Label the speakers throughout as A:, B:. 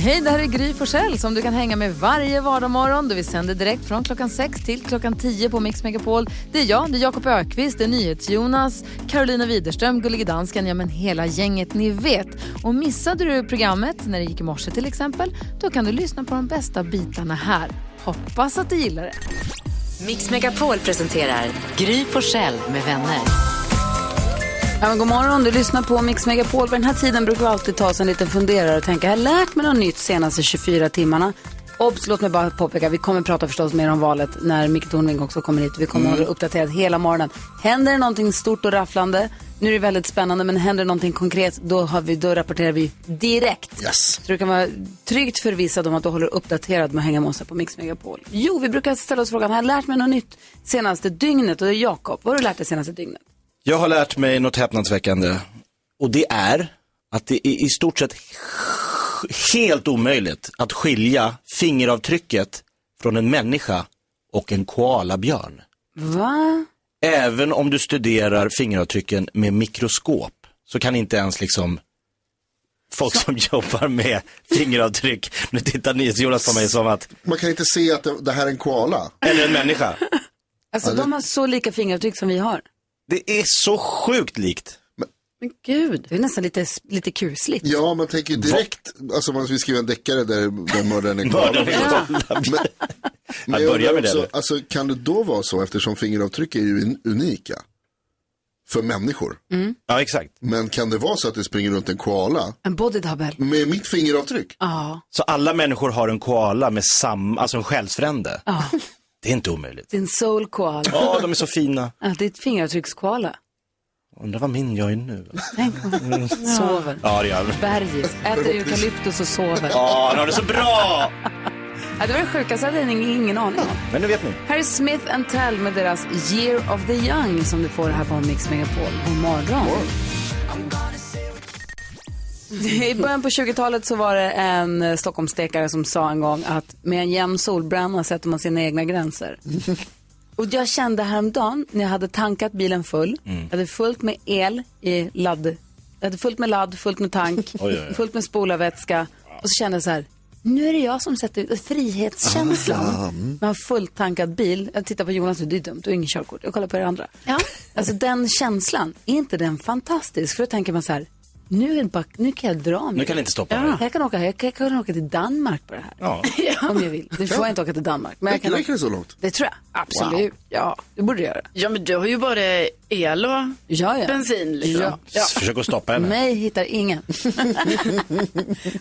A: Hej, det här är Gry Forssell som du kan hänga med varje vardagsmorgon. Vi sänder direkt från klockan 6 till klockan 10 på Mix Megapol. Det är jag, det är Jakob Ökvist, det är NyhetsJonas, Carolina Widerström, Gullige Dansken, ja men hela gänget ni vet. Och missade du programmet när det gick i morse till exempel, då kan du lyssna på de bästa bitarna här. Hoppas att du gillar det.
B: Mix Megapol presenterar Gry Forssell med vänner.
C: Ja, men god morgon, du lyssnar på Mix Megapol. Vid den här tiden brukar vi alltid ta oss en liten funderare och tänka, har jag lärt mig något nytt senaste 24 timmarna? Obs, låt mig bara påpeka, vi kommer prata förstås mer om valet när Micke Tornving också kommer hit. Vi kommer hålla dig uppdaterad hela morgonen. Händer det någonting stort och rafflande, nu är det väldigt spännande, men händer det någonting konkret, då, har vi, då rapporterar vi direkt.
D: Yes.
C: Så du kan vara tryggt förvissad om att du håller uppdaterad med att hänga med oss här på Mix Megapol. Jo, vi brukar ställa oss frågan, har jag lärt mig något nytt senaste dygnet? Och det är Jakob, vad har du lärt dig senaste dygnet?
E: Jag har lärt mig något häpnadsväckande. Och det är att det är i stort sett helt omöjligt att skilja fingeravtrycket från en människa och en koalabjörn.
C: Va?
E: Även om du studerar fingeravtrycken med mikroskop så kan inte ens liksom folk som jobbar med fingeravtryck, nu tittar NyhetsJonas på mig som att,
F: Man kan inte se att det, det här är en koala.
E: eller en människa.
C: Alltså de har så lika fingeravtryck som vi har.
E: Det är så sjukt likt.
C: Men gud. Det är nästan lite, lite kusligt.
F: Ja, man tänker ju direkt, alltså man vill skriva en deckare där, där mördaren är koala.
E: Mördaren är koalabjörn.
F: Men
E: Jag börjar
F: undrar
E: med det,
F: också,
E: eller?
F: Alltså, kan det då vara så, eftersom fingeravtryck är ju in- unika för människor.
G: Mm.
E: Ja exakt.
F: Men kan det vara så att det springer runt en koala
C: En body double.
F: med mitt fingeravtryck?
C: Ja,
E: Så alla människor har en koala med samma, alltså en själsfrände.
C: ja.
E: Det är inte omöjligt.
C: Det är en soul koala.
E: Ja, de är så fina.
C: Ja, det är ett fingeravtryckskoala.
E: Undrar vad min jag är nu. Mm.
C: Tänk om den sover.
E: Ja, det gör de.
C: Bergis, äter eukalyptus och sover.
E: Ja, de har det så bra!
C: Ja, det var det sjukaste, jag hade ingen, ingen aning om.
E: Men nu vet ni.
C: Här är Smith and Tell med deras Year of the Young som du får här på Mix Megapol. God morgon. I början på 20-talet så var det en eh, Stockholmsstekare som sa en gång att med en jämn solbränna sätter man sina egna gränser. Och jag kände häromdagen när jag hade tankat bilen full,
E: Mm.
C: jag hade fullt med el i ladd, jag hade fullt med ladd, fullt med tank,
E: oj, oj.
C: fullt med spolarvätska och så kände jag så här, nu är det jag som sätter ut frihetskänslan. Man har fullt tankad bil, jag tittar på Jonas nu, det är dumt, du har inget körkort, jag kollar på er andra. Alltså den känslan, är inte den fantastisk? För då tänker man så här, nu, är det bara, nu kan jag dra mig.
E: Nu kan ni inte stoppa
C: ja.
E: mig.
C: Jag kan åka, jag kan, jag kan åka till Danmark på det här.
E: Ja.
C: Om jag vill. Nu får jag inte åka till Danmark. Men jag
F: Räcker
C: kan
F: räcker det så långt?
C: det tror jag. Absolut. Ja, det borde du göra.
H: Ja, men du har ju både el och
C: Ja, ja.
H: bensin. Liksom.
C: Ja.
E: Försök att stoppa henne.
C: Mig hittar ingen.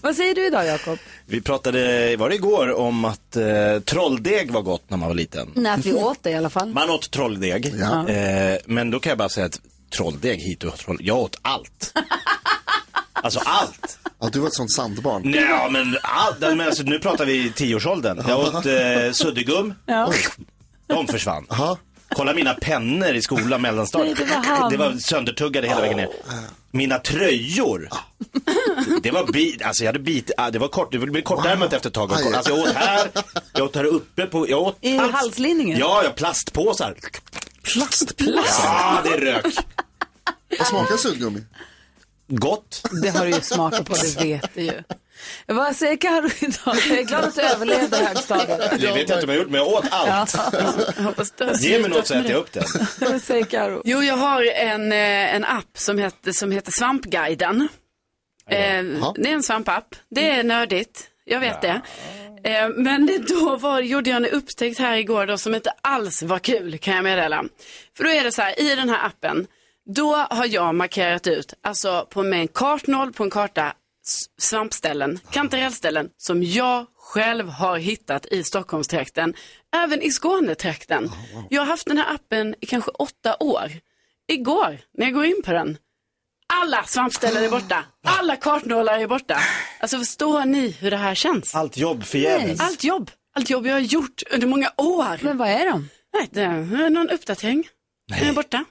C: Vad säger du idag, Jakob?
E: Vi pratade, var det igår, om att eh, trolldeg var gott när man var liten.
C: Nej, att vi åt det i alla fall.
E: Man åt trolldeg.
F: Ja.
E: Eh, men då kan jag bara säga att trolldeg hit och troll... Jag åt allt. Alltså allt.
F: Ja, du var ett sånt sandbarn.
E: Nej, men, allt. men alltså, nu pratar vi tioårsåldern. Jag åt eh, suddgum.
C: Ja.
E: De försvann.
F: Aha.
E: Kolla mina pennor i skolan mellanstadiet.
C: Nej, det var han.
E: Det var söndertuggade hela vägen ner. Mina tröjor. Det var bit, alltså jag hade bit, ah, det var kort, det blev kortärmat efter ett tag.
F: Aj.
E: Alltså jag åt här, jag åt här uppe på, jag åt
C: I halslinningen?
E: Ja, jag plastpåsar.
F: Plastplast.
E: Ja, det rök.
F: Vad smakar suddgummi?
E: Gott.
C: Det har du ju smakat på, det vet du ju. Vad säger Carro idag? Jag är glad att du överlevde högstadiet.
E: Det vet jag inte om jag gjort, men jag åt allt.
H: Jag hoppas det har
E: Ge mig
H: slutat
E: något så
H: med
E: äter
H: det.
E: jag upp den.
C: Vad säger Carro?
H: Jo, jag har en, eh, en app som heter, som heter Svampguiden. Eh, det är en svampapp. Det är nördigt, jag vet det. Eh, men det- då var, gjorde jag en upptäckt här igår då som inte alls var kul kan jag meddela. För då är det så här, i den här appen, då har jag markerat ut, alltså på med en kartnoll på en karta, s- svampställen, kantarellställen som jag själv har hittat i Stockholmstrakten, även i Skånetrakten. Jag har haft den här appen i kanske åtta år. Igår, när jag går in på den, alla svampställen är borta. Alla kartnålar är borta. Alltså förstår ni hur det här känns?
E: Allt jobb förgäves.
H: Allt jobb, allt jobb jag har gjort under många år.
C: Men vad är de?
H: Nej, det är någon uppdatering. Den är borta.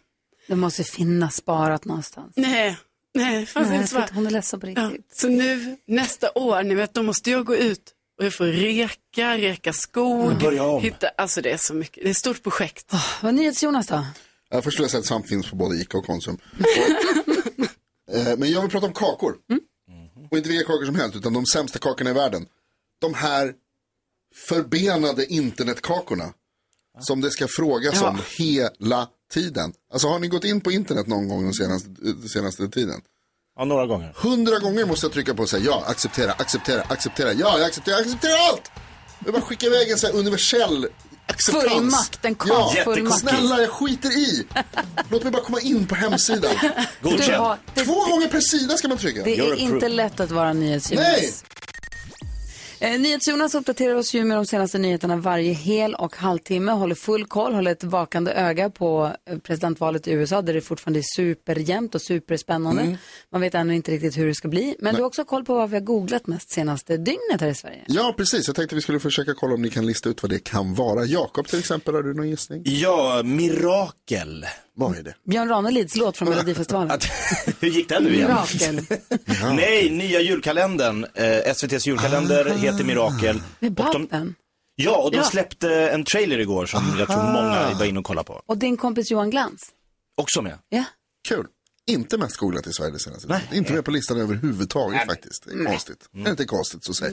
C: Det måste finnas sparat någonstans.
H: Nej, nej, fanns
C: Nej,
H: inte svar.
C: shit, hon är ledsen på
H: Ja,
C: riktigt.
H: så nu nästa år, ni vet, då måste jag gå ut och jag får reka, reka skog,
E: Börja om.
H: hitta, alltså det är så mycket, det är ett stort projekt.
C: Vad är NyhetsJonas då?
F: Jag förstår att svamp finns på både Ica och Konsum. Och, eh, men jag vill prata om kakor. Mm-hmm. Och inte vilka kakor som helst, utan de sämsta kakorna i världen. De här förbenade internetkakorna. Som det ska frågas om hela tiden. Alltså har ni gått in på internet någon gång den senaste, den senaste tiden?
E: Ja, några gånger.
F: Hundra gånger måste jag trycka på och säga ja, acceptera, acceptera, acceptera, ja, jag accepterar, acceptera allt! Jag bara skickar iväg en sån här universell acceptans.
C: Fullmakt, en
F: ja,
C: kakfullmakt.
F: Snälla, jag skiter i. Låt mig bara komma in på hemsidan.
C: Du
E: Godkänd.
C: har, det,
F: Två gånger per sida ska man trycka.
C: det är
E: You're
C: inte
E: approved.
C: lätt att vara
F: Nej!
C: NyhetsJonas. Eh, NyhetsJonas uppdaterar oss ju med de senaste nyheterna varje hel och halvtimme, håller full koll, håller ett vakande öga på eh, presidentvalet i USA där det fortfarande är superjämnt och superspännande. Man vet ännu inte riktigt hur det ska bli, men du har också koll på vad vi har googlat mest senaste dygnet här i Sverige.
F: Ja, precis. Jag tänkte vi skulle försöka kolla om ni kan lista ut vad det kan vara. Jakob till exempel, har du någon gissning?
E: Ja, mirakel.
F: Vad är det?
C: Björn Ranelids låt från Melodifestivalen.
E: Att- Hur gick den nu igen?
C: Rakel.
E: Nej, nya julkalendern. Eh, SVTs julkalender heter Mirakel.
C: Med
E: Och de-
C: Balten.
E: Ja, och de släppte en trailer igår som jag tror många var inne och kollade på.
C: Och din kompis Johan Glans.
E: Också med.
C: Ja.
F: Kul. Inte mest googlat i Sverige det senaste tiden. Inte med på listan överhuvudtaget faktiskt. Det är konstigt.
E: Mm.
F: Är det inte konstigt så säg.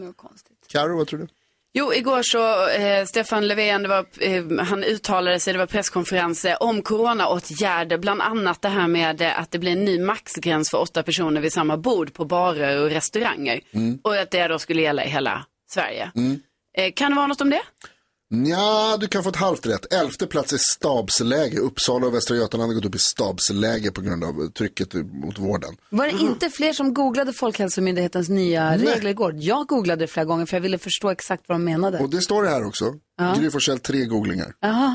F: Karo, vad tror du?
H: Jo, igår så, eh, Stefan Löfven, det var, eh, han uttalade sig, det var presskonferenser om coronaåtgärder, bland annat det här med eh, att det blir en ny maxgräns för åtta personer vid samma bord på barer och restauranger.
F: Mm.
H: Och att det då skulle gälla i hela Sverige. Eh, kan det vara något om det?
F: Ja, du kan få ett halvt rätt. Elfte plats är stabsläge. Uppsala och Västra Götaland har gått upp i stabsläge på grund av trycket mot vården.
C: Var det inte fler som googlade Folkhälsomyndighetens nya regler igår? Jag googlade det flera gånger för jag ville förstå exakt vad de menade.
F: Och det står det här också. Gry Forssell tre googlingar.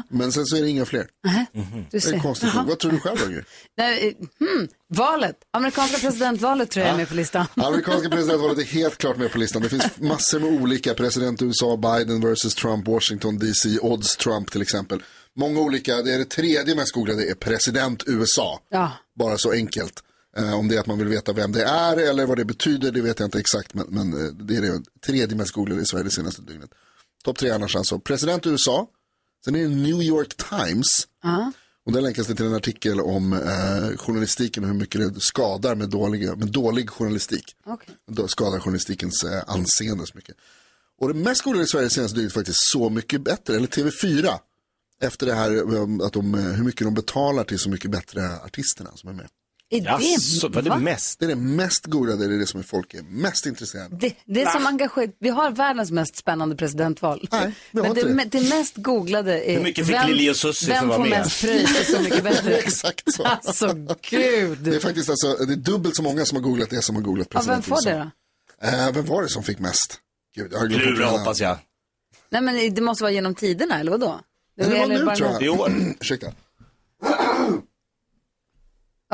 F: Men sen så är det inga fler.
C: du
F: Det är
C: ser.
F: konstigt. nog. Vad tror du själv då, Gry?
C: Nej, eh, hmm, valet, amerikanska presidentvalet tror jag är med på listan.
F: Amerikanska presidentvalet är helt klart med på listan. Det finns massor med olika. President USA, Biden versus Trump, Washington DC, odds Trump till exempel. Många olika. Det är det tredje mest googlade är president USA.
C: Ja.
F: Bara så enkelt. Eh, om det är att man vill veta vem det är eller vad det betyder, det vet jag inte exakt. Men, men eh, det är det tredje mest googlade i Sverige det senaste dygnet. Topp tre annars alltså. President USA. Sen är det New York Times. Och där länkas det till en artikel om eh, journalistiken och hur mycket det skadar med, dåliga, med dålig journalistik.
C: Okej.
F: Då skadar journalistikens eh, anseende så mycket. Och det mest skolade i Sverige senaste dygnet är faktiskt Så mycket bättre, eller TV4. Efter det här eh, att de, eh, hur mycket de betalar till Så mycket bättre artisterna som är med.
C: Är det,
E: Jaså, var det mest?
F: Det är det mest googlade, det är det som folk är mest intresserade av.
C: det, det är som engagerat. Vi har världens mest spännande presidentval.
F: Nej, vi har
C: Men
F: inte
C: det,
F: det.
C: me- det mest googlade är
E: Hur mycket fick Lili och Susie för
C: Eh, vem
E: att
C: får
E: vara med?
C: mest pröjs och så mycket bättre.
F: Exakt så.
C: alltså gud.
F: Det är faktiskt alltså, det är dubbelt så många som har googlat det som har googlat
C: Ja, vem
F: president
C: får
F: USA.
C: det då?
F: Eh, vem var det som fick mest? Gud, jag har glömt
E: Plura
F: bort det.
E: hoppas jag.
C: Nej men det måste vara genom tiderna eller vadå?
F: Men Det var
C: eller
F: nu
C: bara
F: tror
C: någon-
F: jag.
E: I år.
F: Ursäkta.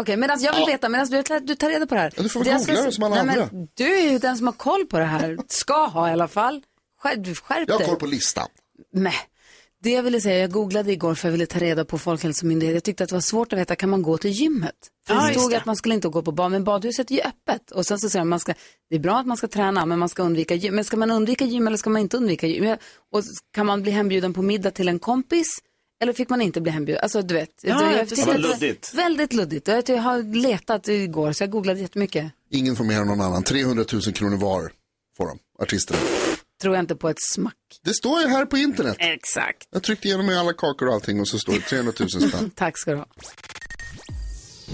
C: Okej, medan jag vill veta, medan du, du tar reda på det här.
F: Ja, du får väl
C: jag ska
F: googla
C: se-
F: det som alla
C: Nej,
F: andra.
C: Men, du är ju den som har koll på det här, ska ha i alla fall. Skärp, skärp
F: Jag har
C: dig.
F: koll på listan.
C: Nej. Det jag ville säga, jag googlade igår för jag ville ta reda på Folkhälsomyndigheten. Jag tyckte att det var svårt att veta, kan man gå till gymmet? För det stod att man skulle inte gå på bad, men badhuset är ju öppet. Och sen så säger de, man ska, det är bra att man ska träna, men man ska undvika gym. Men ska man undvika gym eller ska man inte undvika gym? Jag- Och s- kan man bli hembjuden på middag till en kompis? Eller fick man inte bli hembjuden? Alltså du vet.
H: Ja,
C: det,
H: ja,
C: tyckte
H: precis.
C: att det var
E: Vad luddigt.
C: Väldigt luddigt. Jag, jag har letat igår, så jag googlade jättemycket.
F: Ingen får mer än någon annan. 300 000 kronor var får de, artisterna.
C: Tror jag inte på ett smack.
F: Det står ju här på internet.
H: Exakt.
F: Jag tryckte igenom alla kakor och allting och så står det 300 000 spänn.
C: Tack ska du ha.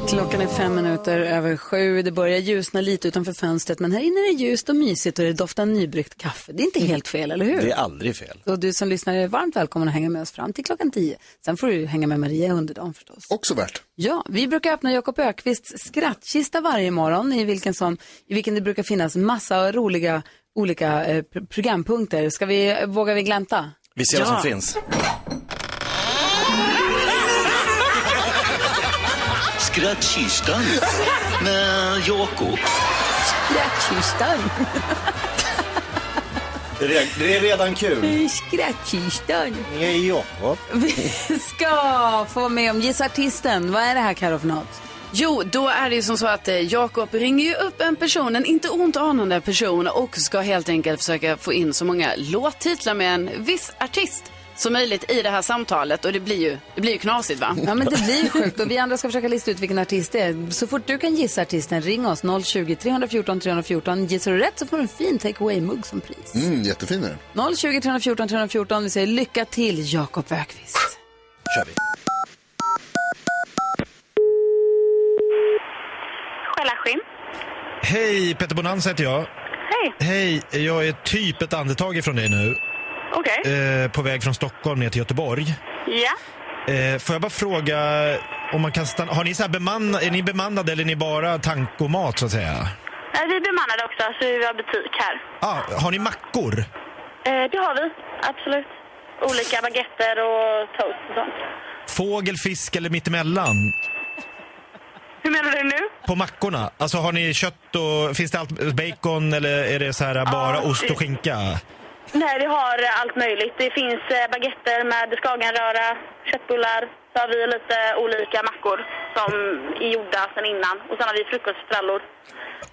C: Klockan är fem minuter över sju. Det börjar ljusna lite utanför fönstret, men här inne är det ljust och mysigt och det doftar nybryggt kaffe. Det är inte helt fel, eller hur?
E: Mm. Det är aldrig fel.
C: Så du som lyssnar är varmt välkommen att hänga med oss fram till klockan tio. Sen får du hänga med Maria under dagen förstås.
F: Också värt.
C: Ja, vi brukar öppna Jakob Ökvists skrattkista varje morgon i vilken, som, i vilken det brukar finnas massa roliga olika eh, pr- programpunkter. Ska vi, vågar vi glänta?
E: Vi ser vad som finns.
I: Skrattkistan med Jakob.
C: Skrattkistan!
E: Det är- Det är redan kul.
C: Skrattkistan.
E: Nej, Jakob.
C: Vi ska få med om Gissa artisten. Vad är det här Carro för något?
H: Jo, då är det ju som så att eh, Jakob ringer ju upp en person, en inte ont anande person och ska helt enkelt försöka få in så många låttitlar med en viss artist som möjligt i det här samtalet och det blir ju, det blir ju knasigt va?
C: Ja men det blir sjukt och vi andra ska försöka lista ut vilken artist det är. Så fort du kan gissa artisten ring oss 020-314 314. Gissar du rätt så får du en fin takeaway-mugg som pris.
F: Mm, jättefin är den.
C: 020 314 314. Vi säger lycka till Jakob Ökvist.
E: kör vi.
J: Skällarskinn.
K: Hej, Peter Bonanza heter jag.
J: Hej.
K: Hej, jag är typ ett andetag ifrån dig nu.
J: Okej.
K: Eh, på väg från Stockholm ner till Göteborg.
J: Ja.
K: Eh, får jag bara fråga om man kan stanna? Har ni så här bemann... Är ni bemannade eller är ni bara tankomat så att säga?
J: Eh, Vi är bemannade också, så vi har butik här.
K: Ah, har ni mackor?
J: Eh, Det har vi, absolut. Olika baguetter och toast och sånt.
K: Fågel, fisk eller mittemellan?
J: Hur menar du nu?
K: På mackorna? Alltså har ni kött och... Finns det allt bacon eller är det så här bara
J: Ja,
K: ost
J: det-
K: och skinka?
J: Nej, vi har eh, allt möjligt. Det finns eh, baguetter med skagenröra, köttbullar. Så har vi lite olika mackor som är gjorda sedan innan. Och sen har vi frukoststrallor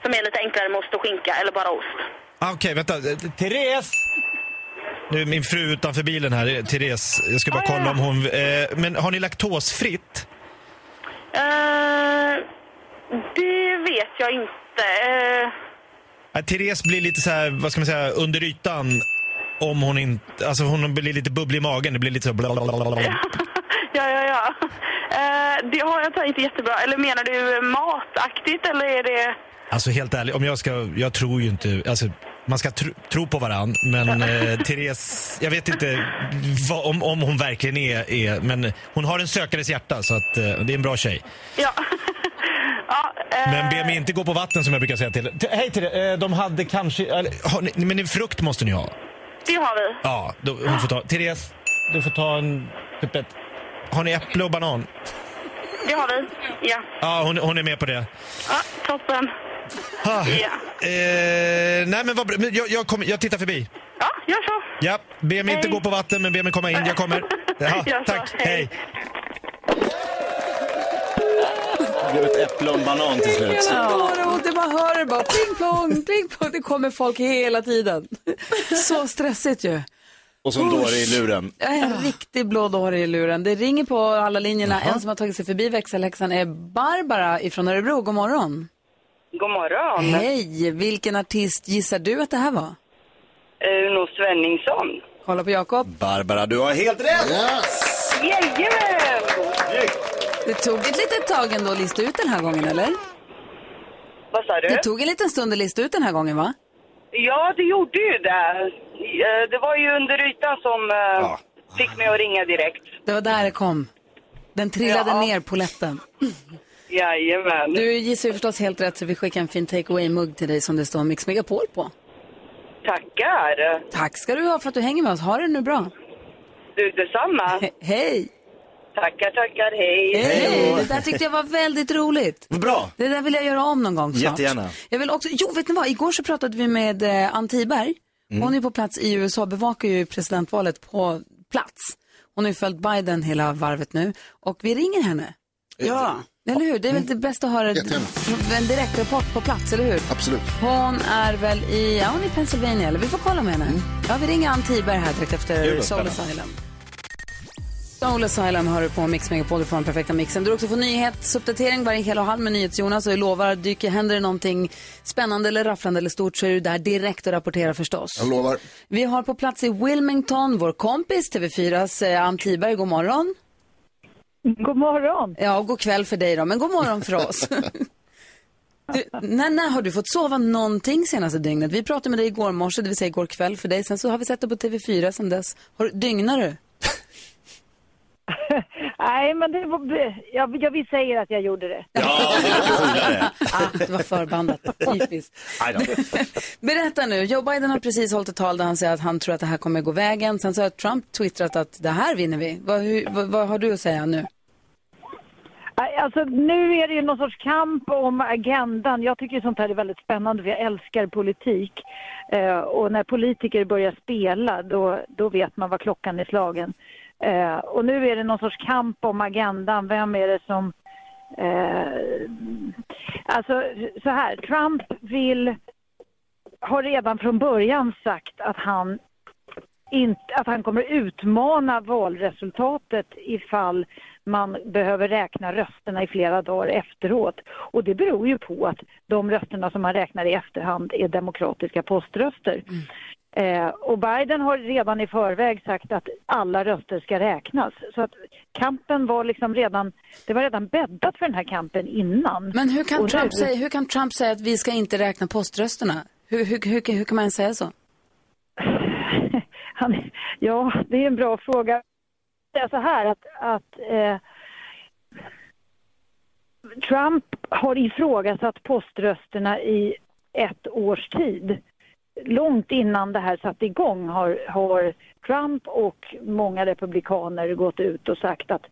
J: som är lite enklare med ost och skinka eller bara ost.
K: Ah, Okej, vänta. Eh, Therese! Nu är min fru utanför bilen här. Eh, Therese, jag
J: Ah,
K: ska bara kolla om hon... Eh, men har ni laktosfritt?
J: Eh, Det vet jag inte. Eh,
K: Eh, Therese blir lite så här, vad ska man säga, under ytan. Om hon inte... Alltså hon blir lite bubblig i magen. Det blir lite så... blablabla.
J: Ja, ja, ja. Eh, det har jag tagit jättebra. Eller menar du mataktigt eller är det...
K: Alltså helt ärligt, om jag ska... Jag tror ju inte... Alltså, man ska tro, tro på varann, men eh, Therese... Jag vet inte vad, om, om hon verkligen är, är... Men hon har en sökares hjärta, så att eh, det är en bra tjej.
J: Ja. ja eh,
K: Men be mig inte gå på vatten som jag brukar säga till. T- Hej till er. Eh, de hade kanske... eller, har ni, men en frukt måste ni ha.
J: det har vi.
K: Ja, då, hon får ta... Therese, du får ta en... Typ ett, har ni äpple och banan?
J: Det har vi. Ja.
K: Ja, hon, hon är med på det.
J: ja toppen.
K: Ah,
J: Ja.
K: eh, nej, men vad bra. Men Jag, jag, kommer- jag tittar förbi.
J: Ja, gör så.
K: Ja, be mig inte
J: Hej.
K: gå på vatten, men be mig komma in. Jag kommer. Ja,
J: Gör så.
K: tack.
J: Alltså, Hej.
K: Hej.
E: Det blev ett äpple och en banan till slut.
C: Hela våren och det bara hör det bara pling plong, pling plong. Det kommer folk hela tiden. Så stressigt ju.
E: Och så en dåre i luren.
C: Jag är
L: Ah.
C: en riktig blå dåre i luren. Det ringer på alla linjerna. En som har tagit sig förbi växelhäxan är Barbara ifrån Örebro. God morgon.
L: God morgon.
C: Hej, vilken artist gissar du att det här var?
L: Uno Svenningsson.
C: Kolla på Jakob.
E: Barbara, du har helt rätt!
L: Jajamän!
C: Det tog ett litet tag ändå att lista ut den här gången, eller?
L: Vad sa du?
C: Det tog en liten stund att lista ut den här gången, va?
L: Ja, det gjorde ju det. Eh, Det var ju under ytan som eh, fick mig att ringa direkt.
C: Det var där det kom. Den trillade
L: Ja.
C: ner på lätten.
L: Jajamän.
C: Du gissar ju förstås helt rätt så vi skickar en fin takeaway-mugg till dig som det står Mix Megapol på.
L: Tackar.
C: Tack ska du ha för att du hänger med oss. Ha det nu bra.
L: Du detsamma.
C: Hej!
L: Tackar, tackar. Hej.
C: Hej! Det där tyckte jag var väldigt roligt.
E: Bra!
C: Det där vill jag göra om någon gång snart.
E: Jättegärna.
C: Jag vill också, jo vet ni vad, igår så pratade vi med eh, Ann Tiberg.
E: Mm.
C: Hon är på plats i USA, bevakar ju presidentvalet på plats. Hon har ju följt Biden hela varvet nu och vi ringer henne.
H: Ja.
F: Eh,
C: Eller hur?
F: Mm.
C: Det är väl det bästa att höra en direktrapport på plats, eller hur?
F: Absolut.
C: Hon är väl i, ja hon är i Pennsylvania, eller vi får kolla med henne.
F: Mm.
C: Ja, vi ringer Ann Tiberg här direkt
A: Kul,
C: efter
A: vad
C: Soul
A: spännande.
C: Asylum. Soul Asylum hör du på Mix Megapol, du får den perfekta mixen. Du också får nyhetsuppdatering varje hel och halv med NyhetsJonas och jag lovar, dyker, händer det någonting spännande eller rafflande eller stort så är du där direkt och rapporterar förstås.
F: Jag lovar.
C: Vi har på plats i Wilmington vår kompis TV4s eh, Ann Tiberg, god morgon. God morgon. Ja, och god kväll för dig då, men god morgon för oss. Du, när, när har du fått sova någonting senaste dygnet? Vi pratade med dig igår morse, det vill säga igår kväll för dig. Sen så har vi sett dig på TV4 sen dess. Har, du- dygnar du?
M: Nej, men det var, jag, jag vill säga att jag gjorde det.
C: ah, det var förbandat. Typiskt.
E: Nej då.
C: Berätta nu, Joe Biden har precis hållit ett tal där han säger att han tror att det här kommer gå vägen. Sen så har Trump twittrat att det här vinner vi. Vad, hur, vad, vad har du att säga nu?
M: Alltså, nu är det ju någon sorts kamp om agendan. Jag tycker sånt här är väldigt spännande för jag älskar politik. Eh, och när politiker börjar spela då, då vet man vad klockan är slagen. Eh, och nu är det någon sorts kamp om agendan. Vem är det som... Eh, alltså så här, Trump vill... Har redan från början sagt att han inte, att han kommer utmana valresultatet ifall man behöver räkna rösterna i flera dagar efteråt. Och det beror ju på att de rösterna som man räknar i efterhand är demokratiska poströster.
C: Mm.
M: Eh, och Biden har redan i förväg sagt att alla röster ska räknas. Så att kampen var liksom redan, det var redan bäddat för den här kampen innan.
C: Men hur
M: Och
C: kan,
M: nu-
C: Trump säga, hur kan Trump säga att vi ska inte räkna poströsterna? Hur, hur, hur, hur kan man ens säga så?
M: Han, ja, det är en bra fråga. Det är så här att, att eh, Trump har ifrågasatt poströsterna i ett års tid. Långt innan det här satte igång har, har Trump och många republikaner gått ut och sagt att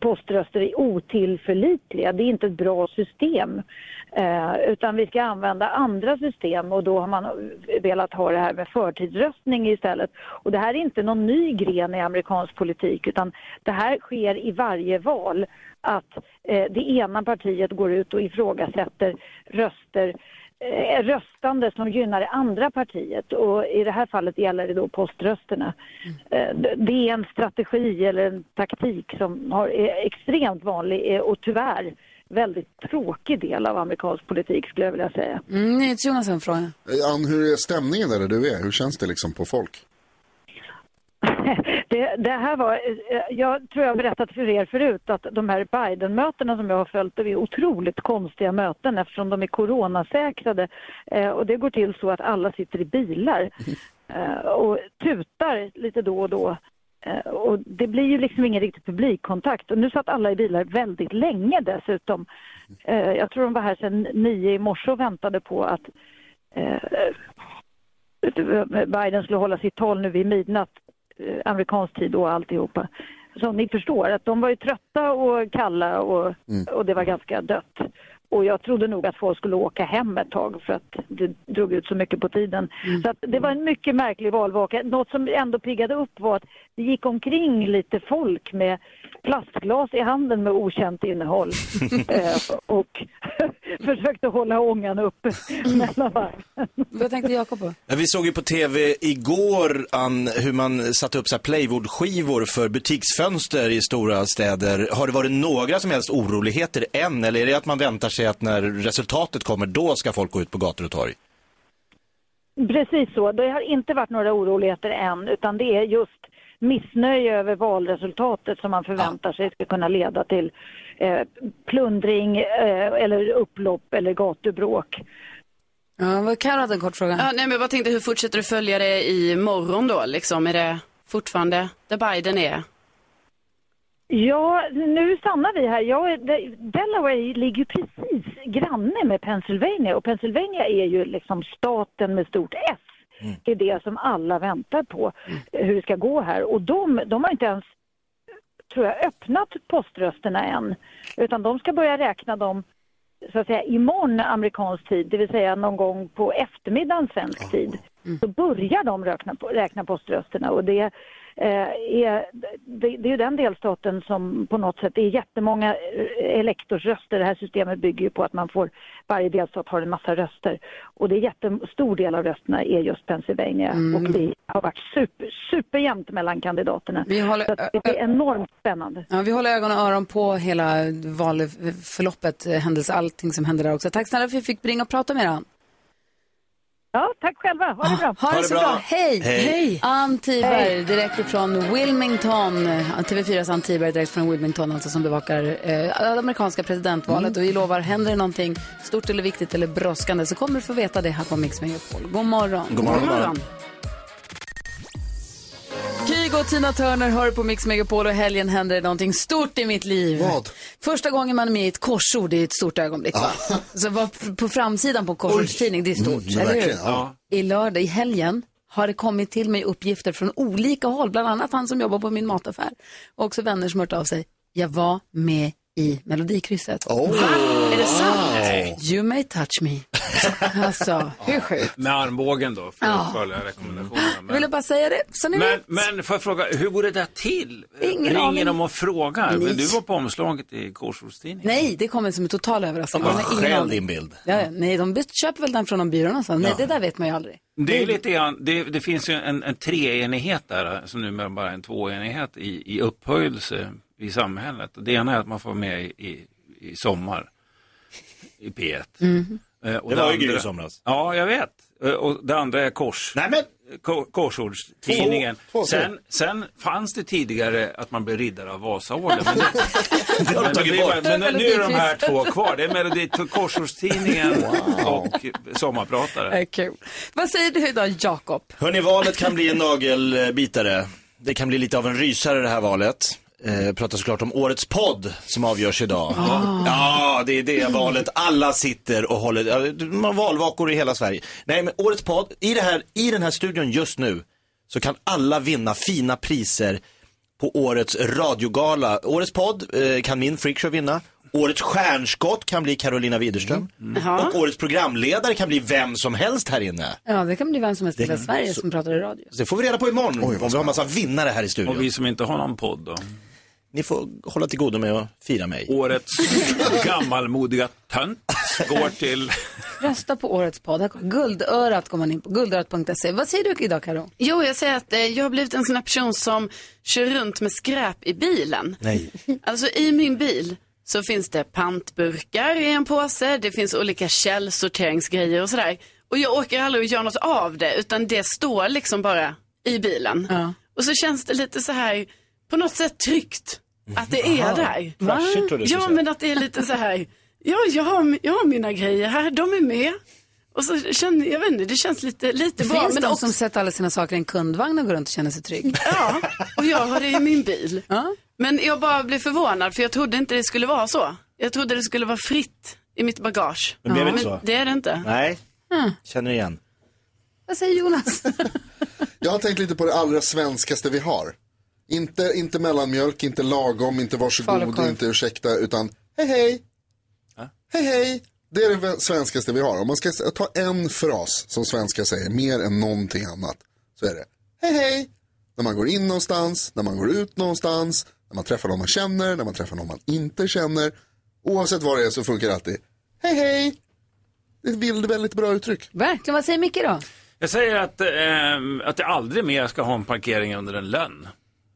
M: poströster är otillförlitliga. Det är inte ett bra system. Eh, utan vi ska använda andra system och då har man velat ha det här med förtidsröstning istället. Och det här är inte någon ny gren i amerikansk politik utan det här sker i varje val att eh, det ena partiet går ut och ifrågasätter röster eh, röstande som gynnar det andra partiet och i det här fallet gäller det då poströsterna. Eh, d- Det är en strategi eller en taktik som har, är extremt vanlig eh, och tyvärr väldigt tråkig del av amerikansk politik skulle jag vilja säga.
C: Mm, NyhetsJonas har en fråga.
F: Eh, Ann, hur är stämningen där du är? Hur känns det liksom på folk?
M: Det, det här var, eh, jag tror jag har berättat för er förut att de här Biden-mötena som jag har följt, de är otroligt konstiga möten eftersom de är coronasäkrade. Eh, och det går till så att alla sitter i bilar eh, och tutar lite då och då. Eh, och det blir ju liksom ingen riktig publikkontakt. Och nu satt alla i bilar väldigt länge dessutom. Eh, jag tror de var här sedan nio i morse och väntade på att eh, Biden skulle hålla sitt tal nu vid midnatt, eh, amerikansk tid och alltihopa. Som ni förstår, att de var ju trötta och kalla och, och det var ganska dött. Och jag trodde nog att folk skulle åka hem ett tag för att det drog ut så mycket på tiden. Så att det var en mycket märklig valvaka. Något som ändå piggade upp var att det gick omkring lite folk med plastglas i handen med okänt innehåll. eh, och försökte hålla ångan uppe mellan varven.
C: Vad tänkte Jakob på?
E: Ja, Vi såg ju på tv igår Ann, hur man satte upp så här playwoodskivor för butiksfönster i stora städer. Har det varit några som helst oroligheter än eller är det att man väntar sig att när resultatet kommer då ska folk gå ut på gator och torg?
M: Precis så. Det har inte varit några oroligheter än utan det är just missnöje över valresultatet som man förväntar sig ska kunna leda till eh, plundring eh, eller upplopp eller gatubråk.
C: Ja, vad Carro hade en kort fråga.
H: Ja, nej, men jag bara tänkte, hur fortsätter du följa det i morgon då? Liksom, är det fortfarande där Biden är?
M: Ja, nu stannar vi här. Jag, är- det- Delaware ligger ju precis granne med Pennsylvania och Pennsylvania är ju liksom staten med stort S.
C: Mm.
M: Det är det som alla väntar på, eh, hur det ska gå här. Och de, de har inte ens, tror jag, öppnat poströsterna än. Utan de ska börja räkna dem så att säga imorgon amerikansk tid, det vill säga någon gång på eftermiddagen svensk tid, så börjar de räkna, på- räkna poströsterna och det eh, är, det, det är ju den delstaten som på något sätt, det är jättemånga eh, elektorsröster, det här systemet bygger ju på att man får, varje delstat har en massa röster och det är jättestor del av rösterna är just Pennsylvania och det har varit super, superjämnt mellan kandidaterna.
C: Vi håller-
M: så att det är enormt spännande.
C: Ja, vi håller ögon och öron på hela valförloppet, eh, händelse, allting som händer där också. Tack snälla för att vi fick ringa och prata med er. Ann.
M: Ja, tack själva, ha det bra!
C: Ha det, så bra. Hej!
M: Hej.
C: Ann Tiberg,
M: Hej.
C: direkt ifrån Wilmington. TV4s Ann Tiberg, direkt från Wilmington, alltså som bevakar eh, amerikanska presidentvalet. Och vi lovar, händer det någonting stort eller viktigt eller brådskande så kommer du få veta det här på Mix Megapol. God morgon!
E: God morgon.
C: Kygo och Tina Turner hör på Mix Megapol och i helgen händer det någonting stort i mitt liv.
A: Vad?
C: Första gången man är med i ett korsord det är ett stort ögonblick. Va? Så vad- på framsidan på en korsordstidning, det är stort.
A: Mm,
C: eller hur?
A: verkligen, ja.
C: I lördag, i helgen, har det kommit till mig uppgifter från olika håll, bland annat han som jobbar på min mataffär och också vänner som hört av sig. Jag var med i Melodikrysset.
F: Va?
C: Är det
N: Nej.
C: sant? You may touch me. Alltså, hur sjukt?
N: Med armbågen då, för
C: Ja.
N: att följa rekommendationerna.
C: Jag ville bara säga det, så ni
N: Men,
C: vet.
N: men får jag fråga, hur går det där till?
C: Ingen
N: Ringer
C: aning.
N: de och frågar?
C: Nej.
N: Men du var på omslaget i Korsordstidningen.
C: Nej, det kommer som en total överraskning. Man har ingen aning.
N: bild.
C: Ja, ja, nej, de köper väl den från någon byrå någonstans. Nej,
N: Ja.
C: det där vet man ju aldrig.
N: Det, är lite grann, det, det finns ju en, en treenighet där, som numera bara är en tvåenighet i, i upphöjelse i samhället. Det ena är att man får vara med i, i, i sommar i P1.
G: Mm.
N: Eh,
E: Det var ju
N: andra-
E: Gry i somras.
N: Ja, jag vet. Eh, Och det andra är kors. Nej, men... Korsordstidningen.
E: Två- två-
N: Sen, sen fanns det tidigare att man blev riddare av Vasaorden. Men, det,
E: de
N: men,
E: tagit
N: det är bara-
E: bort.
N: men nu är de här
C: Melodikrysset.
N: två kvar. Det är Melodi, Korsordstidningen och Sommarpratare.
C: Det är kul. Vad säger du idag, Jakob?
E: Hörni, valet kan bli en nagelbitare. Det kan bli lite av en rysare det här valet. Eh, pratar såklart om årets podd som avgörs idag.
O: Ah.
E: Ja, det är det valet. Alla sitter och håller, ja, de har valvakor i hela Sverige. Nej, men årets podd, i, det här, i den här studion just nu så kan alla vinna fina priser på årets radiogala. Årets podd eh, kan min freakshow vinna. Årets stjärnskott kan bli Carolina Widerström.
C: Ja.
E: Och årets programledare kan bli vem som helst här inne.
C: Ja, det kan bli vem som helst i hela
E: Det-
C: Sverige
E: så-
C: som pratar i radio.
E: Så det får vi reda på imorgon om vi har massa vinnare här i studion. Och vi
N: som inte har någon podd då?
E: Ni får hålla till godo med att fira mig.
N: Årets gammalmodiga tönt går till...
C: Rösta på årets podd. Här kommer- Guldörat går man in på. Guldörat.se. Vad säger du idag, Karo?
H: Jo, jag säger att eh, jag har blivit en sån här person som kör runt med skräp i bilen.
E: Nej.
H: Alltså i min bil så finns det pantburkar i en påse, det finns olika källsorteringsgrejer och sådär. Och jag åker aldrig och gör något av det utan det står liksom bara i bilen. Och så känns det lite så här, på något sätt tryggt att det är
N: Aha.
H: där.
N: Trashigt trodde jag skulle
H: Ja,
N: säga.
H: men att det är lite så här, ja, jag har, jag har mina grejer här, de är med. Och så känner, jag vet inte, det känns lite, lite
C: Det
H: bra.
C: finns
H: men
C: de
H: också-
C: som sätter alla sina saker i en kundvagn och går runt och känner sig trygg.
H: och jag har det i min bil. Men jag bara blev förvånad för jag trodde inte det skulle vara så. Jag trodde det skulle vara fritt i mitt bagage.
E: Men blev det inte så?
H: det är det inte.
E: Nej,
C: Mm.
E: känner igen.
C: Vad säger Jonas?
F: Jag har tänkt lite på det allra svenskaste vi har. Inte, inte mellanmjölk, inte lagom, inte varsågod,
C: Falukorv.
F: inte ursäkta, utan hej hej. Hej hej. Det är det svenskaste vi har. Om man ska s- ta en fras som svenskar säger mer än någonting annat så är det hej hej. När man går in någonstans, när man går ut någonstans, när man träffar någon man känner, när man träffar någon man inte känner. Oavsett vad det är så funkar det alltid. Hej hej. Det är ett väldigt, väldigt bra uttryck.
C: Verkligen. Vad säger Micke då?
N: Jag säger att, ehm, att jag aldrig mer ska ha en parkering under en lön.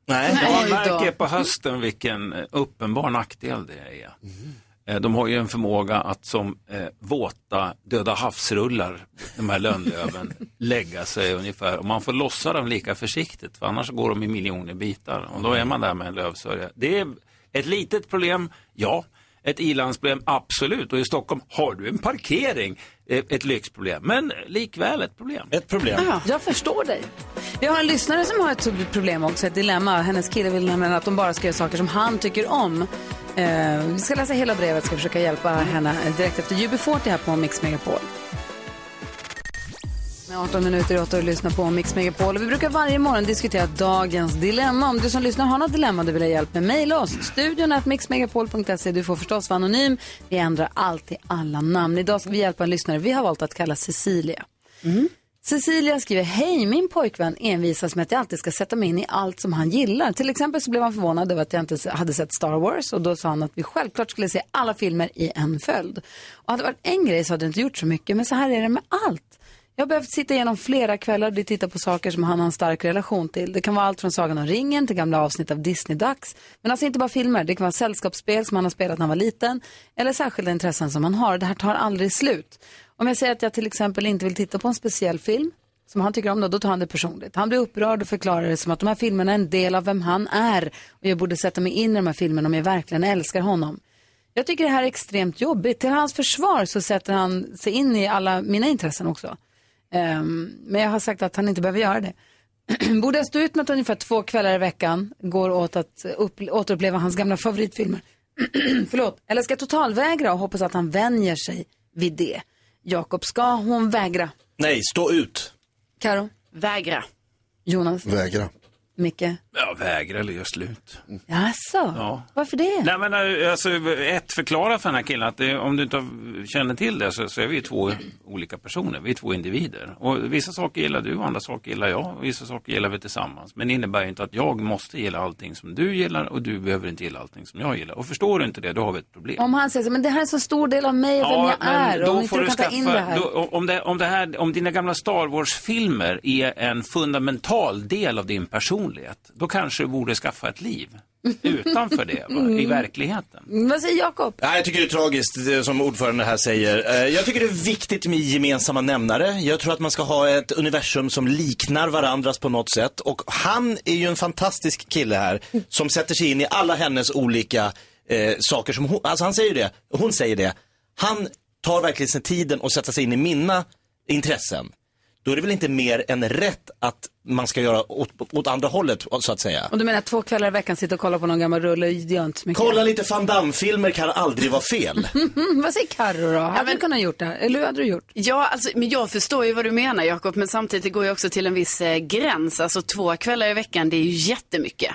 E: Nej.
N: Jag
C: Oj då.
N: märker på hösten vilken eh, uppenbar nackdel det är.
P: Mm.
N: Eh, De har ju en förmåga att som eh, våta döda havsrullar, de här lönnlöven, lägga sig ungefär. Och man får lossa dem lika försiktigt, för annars går de i miljoner bitar. Och då är man där med en lövsörja. Det är ett litet problem, ja. Ett ilandsproblem, absolut. Och i Stockholm har du en parkering, eh, ett lyxproblem. Men likväl ett problem.
E: Ett problem.
C: Ja, jag förstår dig. Vi har en lyssnare som har ett problem också, ett dilemma. Hennes kille vill nämligen att de bara ska göra saker som han tycker om. Eh, vi ska läsa hela brevet, ska försöka hjälpa henne direkt efter UB40 här på Mix Megapol. Med 18 minuter i åtta och lyssna på Mix Megapol. Och Vi brukar varje morgon diskutera dagens dilemma. Om du som lyssnar har något dilemma du vill ha hjälp med, mejla oss. Studion at mixmegapol.se. Du får förstås vara anonym. Vi ändrar alltid alla namn. Idag ska vi hjälpa en lyssnare vi har valt att kalla Cecilia. Cecilia skriver, hej min pojkvän envisas med att jag alltid ska sätta mig in i allt som han gillar. Till exempel så blev han förvånad över att jag inte hade sett Star Wars och då sa han att vi självklart skulle se alla filmer i en följd. Och hade det varit en grej så hade det inte gjort så mycket, men så här är det med allt. Jag har behövt sitta igenom flera kvällar där vi tittar på saker som han har en stark relation till. Det kan vara allt från Sagan om ringen till gamla avsnitt av Disney-dags. Men alltså inte bara filmer, det kan vara sällskapsspel som han har spelat när han var liten eller särskilda intressen som han har. Det här tar aldrig slut. Om jag säger att jag till exempel inte vill titta på en speciell film som han tycker om, då, då tar han det personligt. Han blir upprörd och förklarar det som att de här filmerna är en del av vem han är och jag borde sätta mig in i de här filmerna om jag verkligen älskar honom. Jag tycker det här är extremt jobbigt. Till hans försvar så sätter han sig in i alla mina intressen också. Ehm, men jag har sagt att han inte behöver göra det. Borde jag stå ut med att ungefär två kvällar i veckan går åt att upp, återuppleva hans gamla favoritfilmer? Förlåt. Eller ska jag totalvägra och hoppas att han vänjer sig vid det? Jakob, ska hon vägra?
E: Nej, stå ut.
C: Karo?
H: Vägra.
C: Jonas?
F: Vägra.
C: Micke?
N: Jag vägrar eller gör slut.
E: Mm.
C: Jaså?
N: Ja.
C: Varför det?
N: Nej men eh, alltså, ett, förklara för den här killen att det, om du inte har- känner till det så, så är vi ju två olika personer, vi är två individer. Och vissa saker gillar du, andra saker gillar jag och vissa saker gillar vi tillsammans. Men det innebär ju inte att jag måste gilla allting som du gillar och du behöver inte gilla allting som jag gillar. Och förstår du inte det, då har vi ett problem.
C: Om han säger så, men det här är en så stor del av mig och vem jag är. och Om inte du kan ta in det här.
N: då, om, det, om, det här, om dina gamla Star Wars-filmer är en fundamental del av din personlighet, då kanske du borde skaffa ett liv utanför det, va? i
C: Mm.
N: verkligheten.
C: Mm, Vad säger Jakob?
E: Nej, jag tycker det är tragiskt det som ordförande här säger. Eh, Jag tycker det är viktigt med gemensamma nämnare. Jag tror att man ska ha ett universum som liknar varandras på något sätt. Och han är ju en fantastisk kille här som sätter sig in i alla hennes olika eh, saker. Som hon, alltså han säger ju det, hon säger det. Han tar verkligen sig tiden och sätter sig in i mina intressen. Då är det väl inte mer än rätt att man ska göra åt, åt andra hållet så att säga.
C: Och du menar att två kvällar i veckan sitta och kolla på någon gammal rulle, det gör inte så mycket.
E: Kolla lite van Damme-filmer kan aldrig vara fel.
C: Mm, vad säger Carro då? Hade du kunnat gjort det här? Eller hur hade du gjort?
H: Ja, alltså, men jag förstår ju vad du menar Jakob, men samtidigt går jag också till en viss eh, gräns. Alltså två kvällar i veckan, det är ju jättemycket.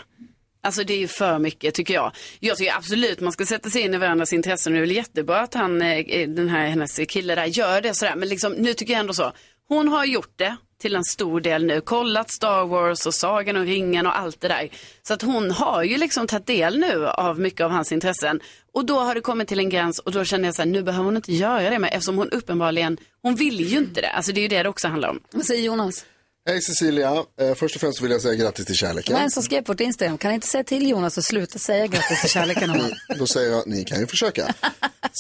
H: Alltså det är ju för mycket tycker jag. Jag tycker absolut man ska sätta sig in i varandras intressen och det är väl jättebra att han, eh, den här, hennes kille där gör det sådär. Men liksom, nu tycker jag ändå så. Hon har gjort det till en stor del nu. Kollat Star Wars och Sagan och ringen och allt det där. Så att hon har ju liksom tagit del nu av mycket av hans intressen. Och då har det kommit till en gräns och då känner jag så här, nu behöver hon inte göra det mer eftersom hon uppenbarligen, hon vill ju inte det. Alltså det är ju det det också handlar om.
C: Vad säger Jonas?
F: Hej Cecilia, eh, först och främst vill jag säga grattis till
C: Det var
F: kärleken.
C: en som skrev på vårt Instagram, kan inte säga till Jonas att sluta säga grattis till kärleken om
F: Då säger jag, ni kan ju försöka.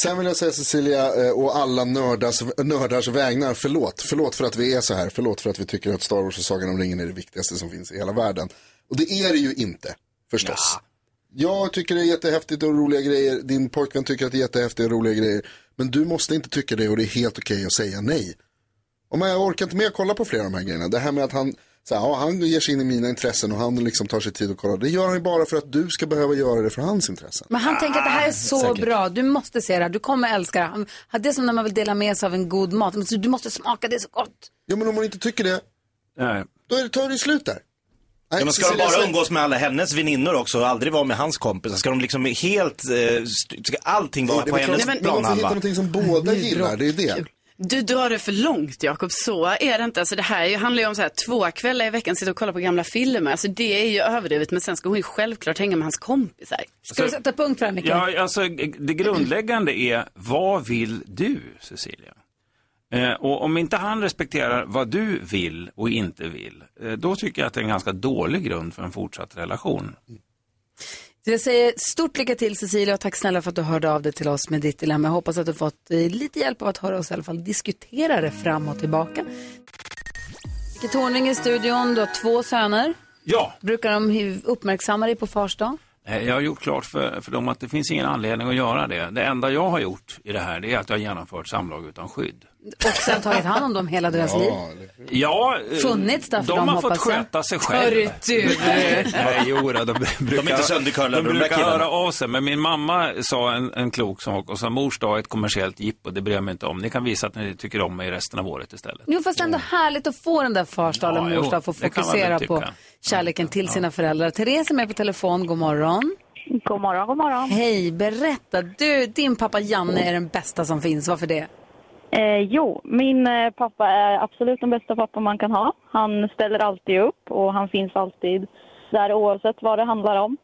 F: Sen vill jag säga Cecilia eh, och alla nördars, nördars vägnar, förlåt. Förlåt för att vi är så här, förlåt för att vi tycker att Star Wars och Sagan om ringen är det viktigaste som finns i hela världen. Och det är det ju inte, förstås. Jag tycker det är jättehäftigt och roliga grejer, din pojkvän tycker att det är jättehäftigt och roliga grejer. Men du måste inte tycka det och det är helt okej att säga nej. Och men jag orkar inte med att kolla på flera av de här grejerna. Det här med att han, så här, ja, han ger sig in i mina intressen och han liksom tar sig tid att kolla. Det gör han ju bara för att du ska behöva göra det för hans intressen.
C: Men han tänker att det här är så
F: säkert.
C: bra, du måste se det här, du kommer älska det här. Han- Det är som när man vill dela med sig av en god mat, Men så du måste smaka, det är så gott.
F: Ja, men om man inte tycker det, då är det, tar det slut där. Nej,
E: Ja, men ska de
F: Cecilia,
E: bara
F: släpp-
E: umgås med alla hennes väninnor också och aldrig vara med hans kompisar? Ska de liksom helt, eh, st- ska allting vara
F: Det är
E: på
F: väl klart-
E: hennes
F: Nej, men- Man får hitta
E: planhalva?
F: någonting som båda
H: Det är
F: gillar,
H: bra.
F: det är det.
H: Du drar det för långt Jakob, så är det inte. Alltså det här är ju, handlar ju om så här, två kvällar i veckan, sitta och kolla på gamla filmer. Alltså det är ju överdrivet, men sen ska hon ju självklart hänga med hans kompisar.
C: Ska du sätta punkt för det här, Mikael?
N: Ja, alltså, det grundläggande är, vad vill du, Cecilia? Eh, och om inte han respekterar vad du vill och inte vill, eh, då tycker jag att det är en ganska dålig grund för en fortsatt relation.
C: Så jag säger stort lycka till Cecilia och tack snälla för att du hörde av dig till oss med ditt dilemma. Jag hoppas att du fått eh, lite hjälp av att höra oss i alla fall diskutera det fram och tillbaka. Micke Tornving i studion, du har två söner.
N: Ja,
C: Brukar de hu- uppmärksamma dig på fars dag?
N: eh, jag har gjort klart för, för dem att det finns ingen anledning att göra det. Det enda jag har gjort i det här, det är att jag har genomfört samlag utan skydd.
C: Och sen tagit hand om dem hela deras liv.
N: Ja, eh,
C: Funnits där för
N: de
C: dem,
N: har fått
C: hoppas jag.
N: sköta sig
C: Hörru,
N: själv.
C: du.
N: Nej, jodå, de brukar,
E: inte söndercurlade,
N: de
E: de där
N: brukar
E: killarna.
N: höra av sig. Men min mamma sa en, en klok sak och sa mors dag är ett kommersiellt jippo, det bryr jag mig inte om. Ni kan visa att ni tycker om mig resten av året istället.
C: Jo, fast ändå härligt att få den där fars dag eller
N: Mm. Ja,
C: mors
N: jo,
C: dag, få
N: det kan man väl
C: fokusera på
N: tycka.
C: kärleken till sina föräldrar. Therese är med på telefon, god morgon.
M: God morgon, god morgon.
C: Hej, berätta. Du, din pappa Janne är den bästa som finns, varför det?
M: Eh, jo, min eh, pappa är absolut den bästa pappa man kan ha. Han ställer alltid upp och han finns alltid där oavsett vad det handlar om.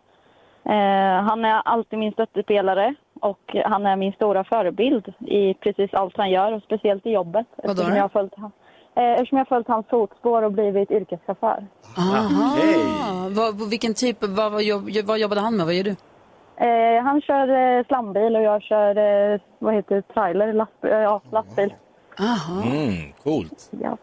M: Eh, han är alltid min stöttepelare och han är min stora förebild i precis allt han gör och speciellt i jobbet.
C: Vad då?
M: Eftersom jag har följt, han- eh, eftersom jag har följt hans fotspår och blivit yrkeschaufför.
C: Aha. Vad, på vilken typ, vad, vad, jobb, vad jobbade han med, vad gör du?
M: Eh, han kör eh, slambil och jag kör eh, vad heter det, trailer, lastbil. Eh, ja, lastbil.
C: Aha.
E: Mm, coolt.
M: Ja.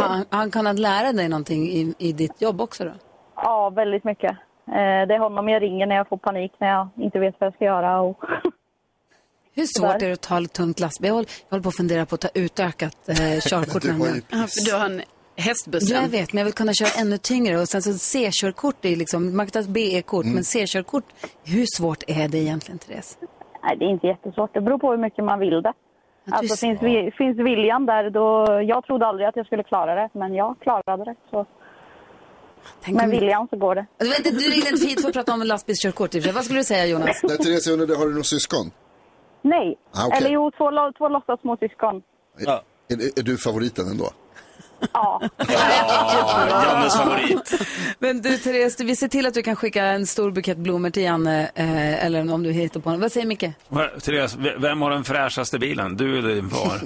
C: Han, han kunnat lära dig någonting i, i ditt jobb också då?
M: Ja, väldigt mycket. Eh, Det är honom jag ringer när jag får panik, när jag inte vet vad jag ska göra. Och...
C: Hur svårt är det att ta ett tungt lastbil? Jag håller, jag håller på att fundera på att ta utökat eh, körkort.
M: Du har ju
C: nämligen.
H: Ja, för du har en hästbussen.
C: Ja, jag vet, men jag vill kunna köra ännu tyngre. Och sen så C-körkort, är liksom, man kan ta ett BE-kort,
F: Mm.
C: men C-körkort, hur svårt är det egentligen, Therese?
M: Nej, det är inte jättesvårt. Det beror på hur mycket man vill det. Alltså,
C: ser.
M: finns, vi, finns viljan där, då... Jag trodde aldrig att jag skulle klara det, men jag klarade det. Så...
C: Tänk om-
J: Med William så går det.
C: Du, vet, du ringde inte hit för att prata om lastbilskörkort i och för sig. Vad skulle du säga Jonas?
F: Nej, Therese, jag undrar, har du några syskon?
J: Nej.
F: Ah, okej.
J: Eller jo, två, lo- två låtsas småsyskon.
F: Är, är du favoriten ändå?
E: Jannes favorit.
C: Men du Therese, vi ser till att du kan skicka en stor bukett blommor till Janne. Eh, eller om du hittar på honom. Vad säger Micke?
N: Va- Therese, v- vem har den fräschaste bilen? Du eller din far?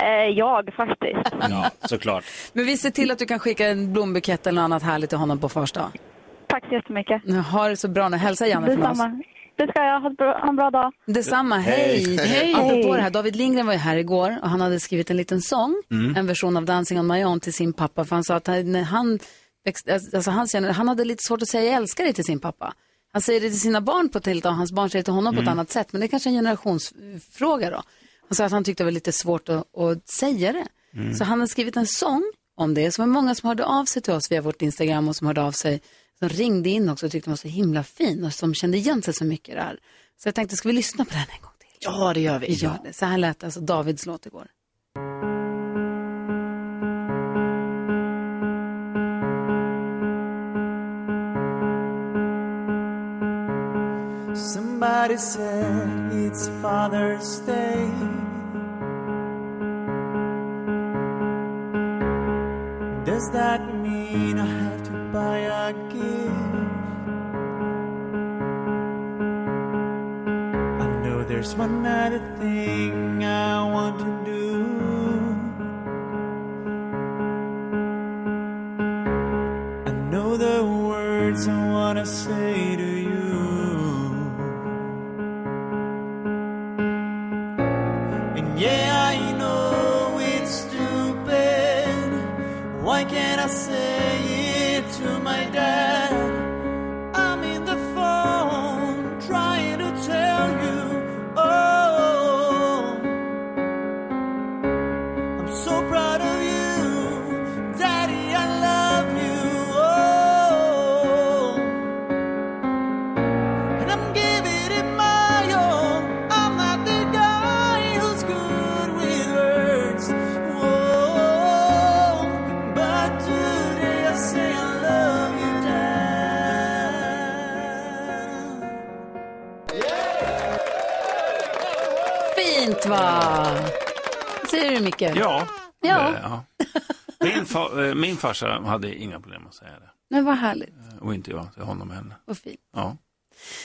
J: Eh, jag faktiskt.
N: ja, såklart.
C: Men vi ser till att du kan skicka en blombukett eller något annat härligt till honom på fars dag.
J: Tack så jättemycket.
C: Nu har det så bra nu. Hälsa Janne från oss.
J: Detsamma. Det ska jag. Ha ett bra- ha en bra dag.
C: Detsamma, hej!
J: Hej.
C: Apropå det här, David Lindgren var ju här igår och han hade skrivit en liten sång,
J: Mm.
C: en version av Dancing on my own till sin pappa. För han sa att han, när han, växte, alltså han, känner- han hade lite svårt att säga jag älskar dig till sin pappa. Han säger det till sina barn på ett helt och hans barn säger det till honom på
A: Mm.
C: ett annat sätt. Men det är kanske är en generationsfråga då. Han sa att han tyckte det var lite svårt att, att säga det.
A: Mm.
C: Så han har skrivit en sång om det. Så var det många som hörde av sig till oss via vårt Instagram och som hörde av sig. Som ringde in också och tyckte den var så himla fin och som kände igen sig så mycket i det här. Så jag tänkte, ska vi lyssna på den en gång till?
A: Ja, det gör vi.
C: Vi gör det. Så här lät alltså Davids låt igår.
O: Somebody said it's Father's Day. Does that mean I have to buy a gift? I know there's one other thing I want to do. I know the words I wanna say to you. And yeah, I know it's stupid. Why can't I say it to my dad? I'm in the phone trying to tell you, oh, I'm so proud of you, Daddy. I love you, oh, and I'm giving it my all. I'm not the guy who's good with words. Oh, but today I say I love you, Dad.
C: Fint va? Vad säger du Micke?
N: Ja.
C: Ja,
N: Eh, ja. Min, fa- eh, min farsa hade inga problem att säga det.
C: men vad härligt.
N: Eh, Och inte jag till honom heller.
C: Vad fint.
N: Ja.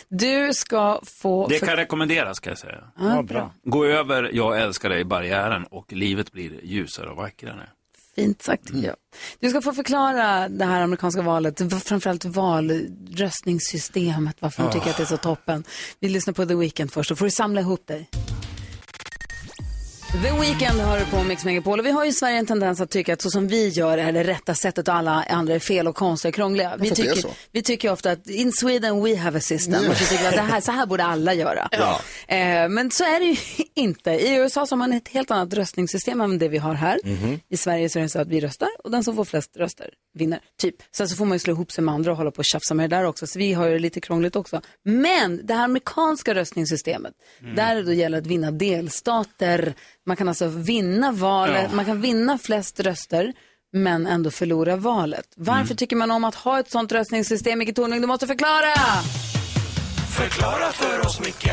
C: Du ska få...
N: Det kan rekommenderas kan jag säga.
C: Ja, Ja, bra.
N: Gå över Jag älskar dig-barriären och livet blir ljusare och vackrare.
C: Fint sagt
A: Mm.
C: tycker jag. Du ska få förklara det här amerikanska valet, v- framförallt valröstningssystemet, varför de
N: Ah.
C: tycker att det är så toppen. Vi lyssnar på The Weeknd först, så får du samla ihop dig. The Weeknd hör på Mix Megapol och vi har ju i Sverige en tendens att tycka att så som vi gör är det rätta sättet och alla andra är fel och konstiga och krångliga. Vi
A: Därför att det är
C: tycker,
A: så.
C: vi tycker ofta att in Sweden we have a system.
A: Ja.
C: Och så tycker vi att det här, så här borde alla göra.
A: Ja.
C: Eh, men så är det ju inte. I USA så har man ett helt annat röstningssystem än det vi har här.
A: Mm.
C: I Sverige så är det så att vi röstar och den som får flest röster vinner. Typ. Sen så får man ju slå ihop sig med andra och hålla på och tjafsa med det där också. Så vi har ju det lite krångligt också. Men det här amerikanska röstningssystemet,
N: Mm.
C: där det då gäller att vinna delstater. Man kan alltså vinna valet,
A: Ja.
C: man kan vinna flest röster men ändå förlora valet. Varför
N: Mm.
C: tycker man om att ha ett sånt röstningssystem? Micke Tornving, du måste förklara!
I: Förklara för oss, Micke.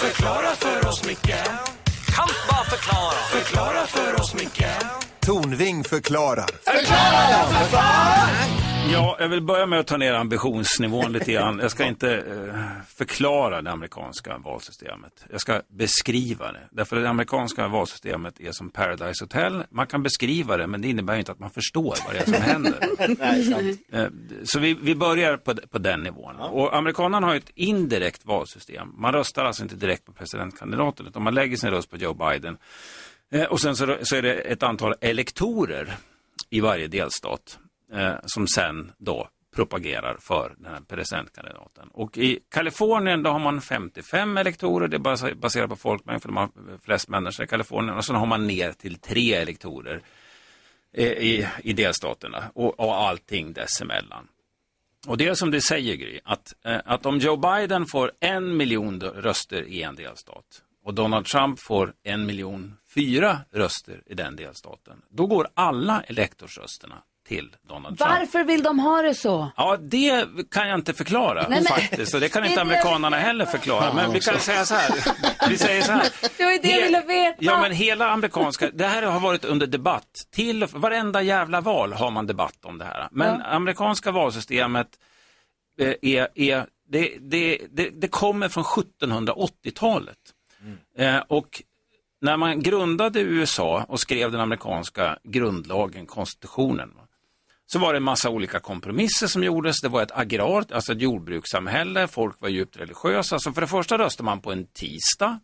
I: Förklara för oss, Micke. Kan bara förklara. Förklara för oss, Micke.
Q: Tornving förklarar.
N: Ja, jag vill börja med att ta ner ambitionsnivån lite grann. Jag ska inte eh, förklara det amerikanska valsystemet. Jag ska beskriva det. Därför det amerikanska valsystemet är som Paradise Hotel. Man kan beskriva det, men det innebär ju inte att man förstår vad det är som händer. Eh, Så vi, vi börjar på, på den nivån. Och amerikanerna har ju ett indirekt valsystem. Man röstar alltså inte direkt på presidentkandidaten, utan man lägger sin röst på Joe Biden. Eh, Och sen så, så är det ett antal elektorer i varje delstat eh, som sen då propagerar för den här presidentkandidaten. Och i Kalifornien då har man 55 elektorer, det är bas- baserat på folkmängd för de har flest människor i Kalifornien och sen har man ner till tre elektorer eh, i, i delstaterna och, och allting dessemellan. Och det är som du säger Gry, att, eh, att om Joe Biden får en miljon dö- röster i en delstat och Donald Trump får en miljon fyra röster i den delstaten, då går alla elektorsrösterna till Donald Trump.
C: Varför vill de ha det så?
N: Ja, det kan jag inte förklara
C: Nej, men-
N: faktiskt. Och det kan
C: Det
N: inte
C: är det jag
N: amerikanerna heller förklara. Men vi kan säga så här. Vi säger så här.
C: Det var ju det jag ville veta.
N: Ja, men hela amerikanska, det här har varit under debatt. Till och- varenda jävla val har man debatt om det här. Men amerikanska valsystemet eh, är, är det, det, det, det kommer från 1780-talet. Eh, och när man grundade USA och skrev den amerikanska grundlagen, konstitutionen, va, så var det en massa olika kompromisser som gjordes. Det var ett agrart, alltså ett jordbrukssamhälle, folk var djupt religiösa. Så för det första röstar man på en tisdag,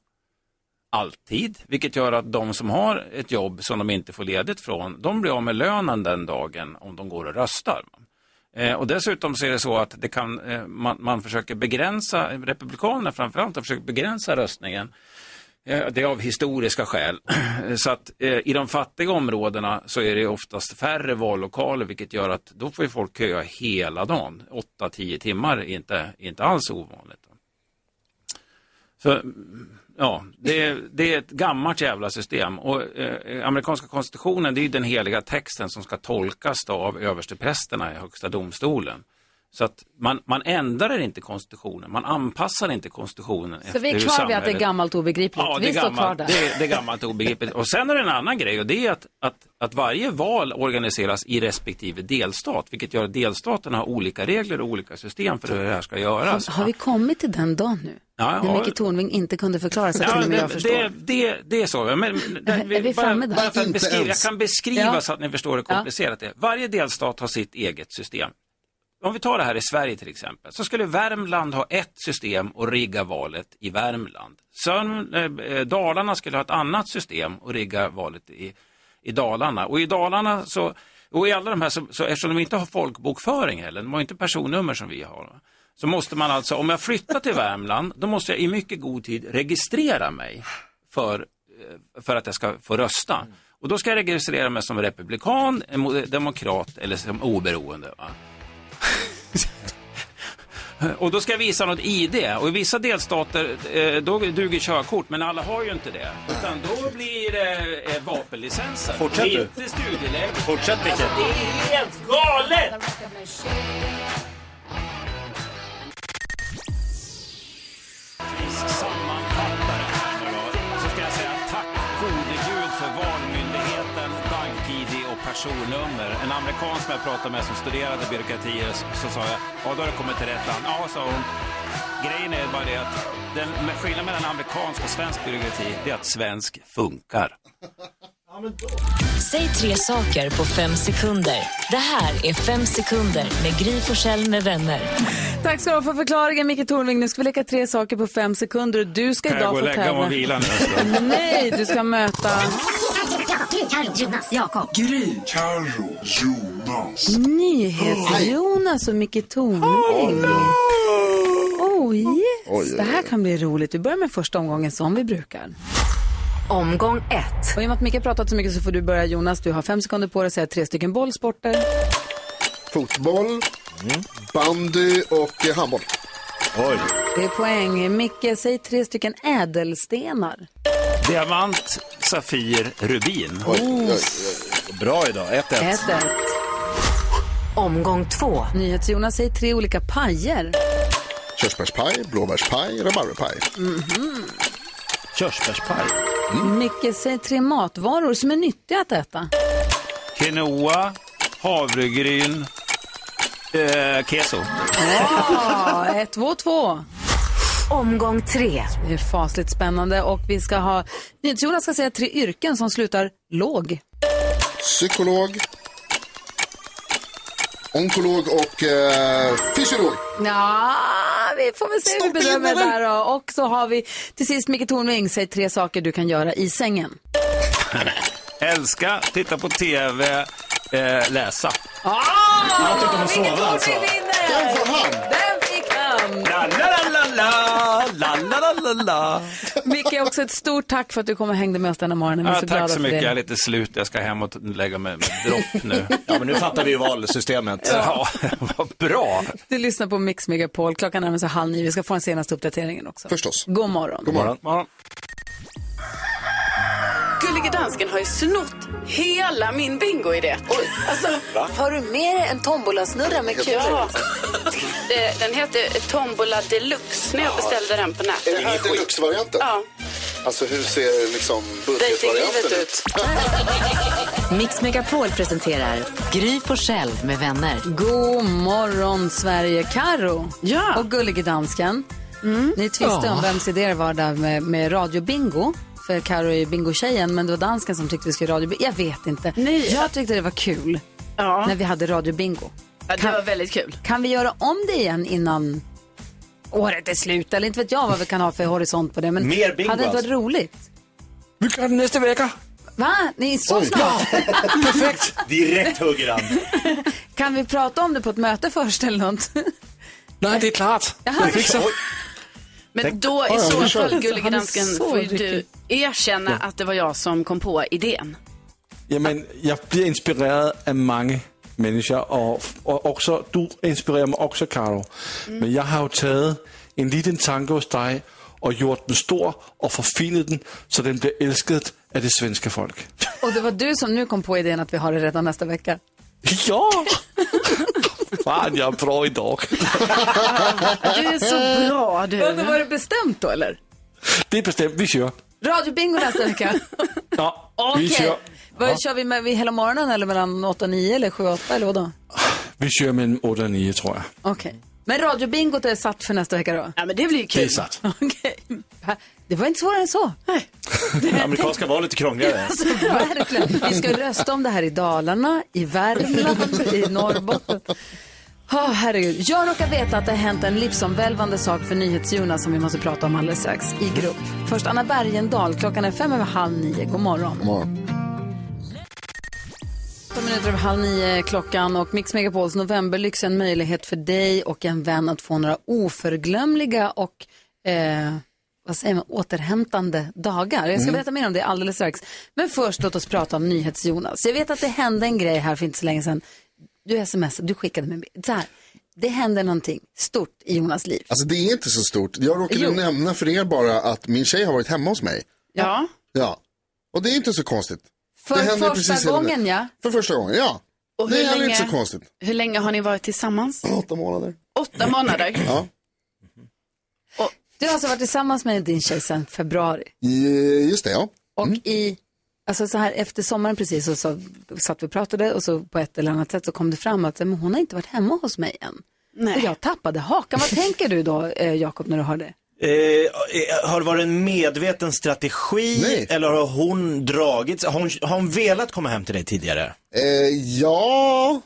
N: alltid, vilket gör att de som har ett jobb som de inte får ledigt från, de blir av med lönen den dagen om de går och röstar. Eh, och dessutom så är det så att det kan, eh, man, man försöker begränsa, republikanerna framförallt har försökt begränsa röstningen. Eh, det är av historiska skäl. så att eh, i de fattiga områdena så är det oftast färre vallokaler vilket gör att då får ju folk köa hela dagen. 8-10 timmar är inte, är inte alls ovanligt. Så, ja, det, är- det är ett gammalt jävla system. Och eh, amerikanska konstitutionen, det är ju den heliga texten som ska tolkas då av översteprästerna i högsta domstolen. Så att man, man ändrar inte konstitutionen, man anpassar inte konstitutionen
C: Så
N: efter
C: vi
N: hur
C: är kvar vid att det är
N: samhället-
C: gammalt och obegripligt.
N: Ja, det
C: vi står
N: är,
C: kvar
N: gammalt,
C: där.
N: det, är, det är gammalt och obegripligt. Och sen är det en annan grej och det är att, att, att varje val organiseras i respektive delstat, vilket gör att delstaterna har olika regler och olika system för hur det här ska göras.
C: Har vi kommit till den dagen nu?
N: Alltså. Ja,
C: när
N: ja.
C: Micke Tornving inte kunde förklara sig
N: Ja,
C: till och med
N: det,
C: jag förstår.
N: Det, det, det är så. Men, men-
C: är vi
N: bara-
C: framme där?
N: bara för att
C: Inte
N: beskriva, jag
C: ens.
N: kan beskriva
C: Ja.
N: så att ni förstår hur komplicerat det är. Varje delstat har sitt eget system. Om vi tar det här i Sverige till exempel, så skulle Värmland ha ett system och rigga valet i Värmland. Sörm, eh, eh, Dalarna skulle ha ett annat system och rigga valet i, i Dalarna. Och i Dalarna så, och i alla de här, så, så eftersom de inte har folkbokföring heller, de har inte personnummer som vi har. va, Så måste man alltså, om jag flyttar till Värmland, då måste jag i mycket god tid registrera mig för eh, för att jag ska få rösta. Och då ska jag registrera mig som republikan, emo- demokrat eller som oberoende. Va? och då ska jag visa något ID. Och i vissa delstater eh, då duger körkort, men alla har ju inte det. Utan då blir det eh, vapenlicenser.
I: Fortsätt du.
N: Inte studieläge.
I: Fortsätt, Micke.
N: Alltså, det är helt galet! sammanfattar det här nu då, så ska jag säga tack gode gud för Valmyndigheten, BankID och personnummer. En amerikan som jag pratade med som studerade byråkratier så, så sa jag, ja då har du kommit till rätt land. Ja, sa hon. Grejen är bara det att den, men skillnaden mellan amerikansk och svensk byråkrati, det är att svensk funkar.
B: Säg tre saker på fem sekunder. Det här är Fem sekunder med Gry Forssell med vänner.
C: Tack ska du ha för förklaringen Micke Tornving. Nu ska vi leka tre saker på fem sekunder och du ska
N: Kan jag
C: idag
N: gå och
C: få
N: lägga mig
C: tävla.
N: och vila nu?
C: Nej, du ska möta...
B: Jonas, Jakob.
O: Gry, Carro, Jonas.
C: Nyhets-Jonas och Micke Tornving. Oh
O: Oj,
C: yes,
O: oj,
C: det här kan bli roligt. Vi börjar med första omgången som vi brukar. Omgång ett. Och i och med att Micke har pratat så mycket så får du börja Jonas. Du har fem sekunder på dig att säga tre stycken bollsporter.
F: Fotboll, bandy och eh, handboll. Oj.
C: Det är poäng. Micke, säg tre stycken ädelstenar.
N: Diamant, safir, rubin. Bra idag, 1-1.
C: Ett, ett. Omgång två. NyhetsJonas säger tre olika pajer.
F: Körsbärspaj, blåbärspaj, rabarberpaj.
C: Mhm.
N: Körsbärspaj.
C: Micke, säg tre matvaror som är nyttiga att äta.
N: Quinoa, havregryn, eh, keso.
C: Ja, ett, två, två. Omgång tre. Det är fasligt spännande och vi ska ha, NyhetsJonas ska säga tre yrken som slutar låg.
F: Psykolog, onkolog och eh, fysiolog.
C: Ja, vi får väl se hur vi bedömer det där då. Och så har vi till sist Micke Tornving, säg tre saker du kan göra i sängen.
N: Älska, titta på TV, eh, läsa.
C: Ah,
N: Jag tycker om att sova,
C: Micke Tornving
N: alltså.
C: vinner!
N: Den får han.
C: Den fick han!
N: La, la, la, la, la, la, la, la, la.
C: Micke, också ett stort tack för att du kom och hängde med oss denna morgon. Vi är
N: Ja,
C: så glada
N: tack så
C: för
N: mycket,
C: det.
N: jag är lite slut. Jag ska hem och lägga mig med dropp nu.
E: Ja, men nu fattar vi ju valsystemet.
N: Ja, vad bra.
C: Du lyssnar på Mix Megapol. Klockan närmar sig halv nio. Vi ska få den senaste uppdateringen också.
F: Förstås.
C: God morgon.
F: God morgon.
H: Gullige dansken har ju snott hela min bingoidé. Alltså,
C: Har du med dig en tombolasnurra med kulor?
H: Ja. Det- Den heter Tombola Deluxe när jag beställde den på nätet.
F: Är det här deluxe-varianten?
H: Ja.
F: Alltså hur ser liksom budgetvarianten
H: Dejtinglivet
F: ut?
B: Mix Megapol presenterar Gry Forssell med vänner.
C: God morgon, Sverige. Karo
H: ja. Mm.
C: och gullige dansken. Ni tvistade
A: Ja.
C: om vems idé det var där med, med radiobingo. För Karo är ju bingotjejen, men det var dansken som tyckte vi skulle radiobingo. Jag vet inte. Jag tyckte det var kul
H: Ja.
C: när vi hade radiobingo.
H: Ja, det var väldigt kul.
C: Kan vi göra om det igen innan året är slut? Eller inte vet jag vad vi kan ha för horisont på det. Men
E: Mer bingo
C: hade det inte varit
E: alltså.
C: roligt?
E: Vi kan nästa vecka.
C: Va? Ni är så snabbt.
E: Perfekt. Direkt hugger han.
C: Kan vi prata om det på ett möte först eller något?
P: Nej, det är klart.
C: Jaha.
P: Jag fixar.
H: Men
P: Tänk-
H: då
P: Ja,
H: i
P: ja,
H: så
P: vi kör.
H: fall, gullige
P: Han är
H: dansken,
P: så
H: får ju du
P: ryckig.
H: erkänna
P: Ja.
H: att det var jag som kom på idén.
P: Jamen, jeg bliver inspireret af mange mennesker, og, og også, du inspirerer mig også, Carlo.
C: Mm.
P: Men jeg har jo taget en liten tanke hos dig, og gjort den stor, og forfinet den, så den bliver elsket af det svenske folk.
C: Och det var du som nu kom på idén att vi har det redan nästa vecka.
P: Ja! Fan, jag är bra idag.
H: Du är så bra du.
C: Vadå, var det bestämt då eller?
P: Det är bestämt, vi kör.
C: Radiobingo nästa vecka.
P: Ja,
C: Okej.
P: vi kör.
C: Vad kör vi med vid hela morgonen eller mellan 8 och 9 eller 7 och 8 eller vadå?
P: Vi kör mellan 8 och 9, tror jag.
C: Okej. Men radiobingot är satt för nästa vecka då?
H: Ja men det blir ju
P: Det är sant.
C: Det var inte svårare än så.
E: Amerikanska var lite krångligare.
C: Alltså, verkligen. Vi ska rösta om det här i Dalarna, i Värmland, i Norrbotten. Oh, herregud. Jag råkar veta att det har hänt en livsomvälvande sak för NyhetsJonas som vi måste prata om alldeles strax i grupp. Först Anna Bergendahl, klockan är fem över halv nio. God morgon. God
F: morgon.
C: 15 minuter över halv nio är klockan och Mix Megapols novemberlyx är en möjlighet för dig och en vän att få några oförglömliga och eh, vad säger man, återhämtande dagar. Jag ska
A: Mm.
C: berätta mer om det alldeles strax. Men först låt oss prata om NyhetsJonas. Jag vet att det hände en grej här för inte så länge sedan. Du smsade, du skickade mig en bild. så här. Det hände någonting stort i Jonas liv.
F: Alltså det är inte så stort. Jag råkade
C: Jo.
F: nämna för er bara att min tjej har varit hemma hos mig.
H: Ja.
F: Ja. Och det är inte så konstigt.
C: För
F: det händer
C: första
F: precis hela
C: gången,
F: tiden.
C: ja.
F: För första gången, ja.
H: Och
F: det
H: hur
F: är heller
H: länge-
F: inte så konstigt.
H: Hur länge har ni varit tillsammans?
F: Åtta månader.
H: Åtta månader?
F: Ja.
C: Du har alltså varit tillsammans med din tjej sedan februari.
F: Eh, Just det, ja.
C: Och i, alltså så här efter sommaren precis så, så satt vi och pratade och så på ett eller annat sätt så kom det fram att men hon har inte varit hemma hos mig än.
H: Nej.
C: Och jag tappade hakan. Vad tänker du då eh, Jakob när du hör det?
E: Eh, eh, har det varit en medveten strategi eller har hon dragit har hon, har hon velat komma hem till dig tidigare?
F: Eh, ja.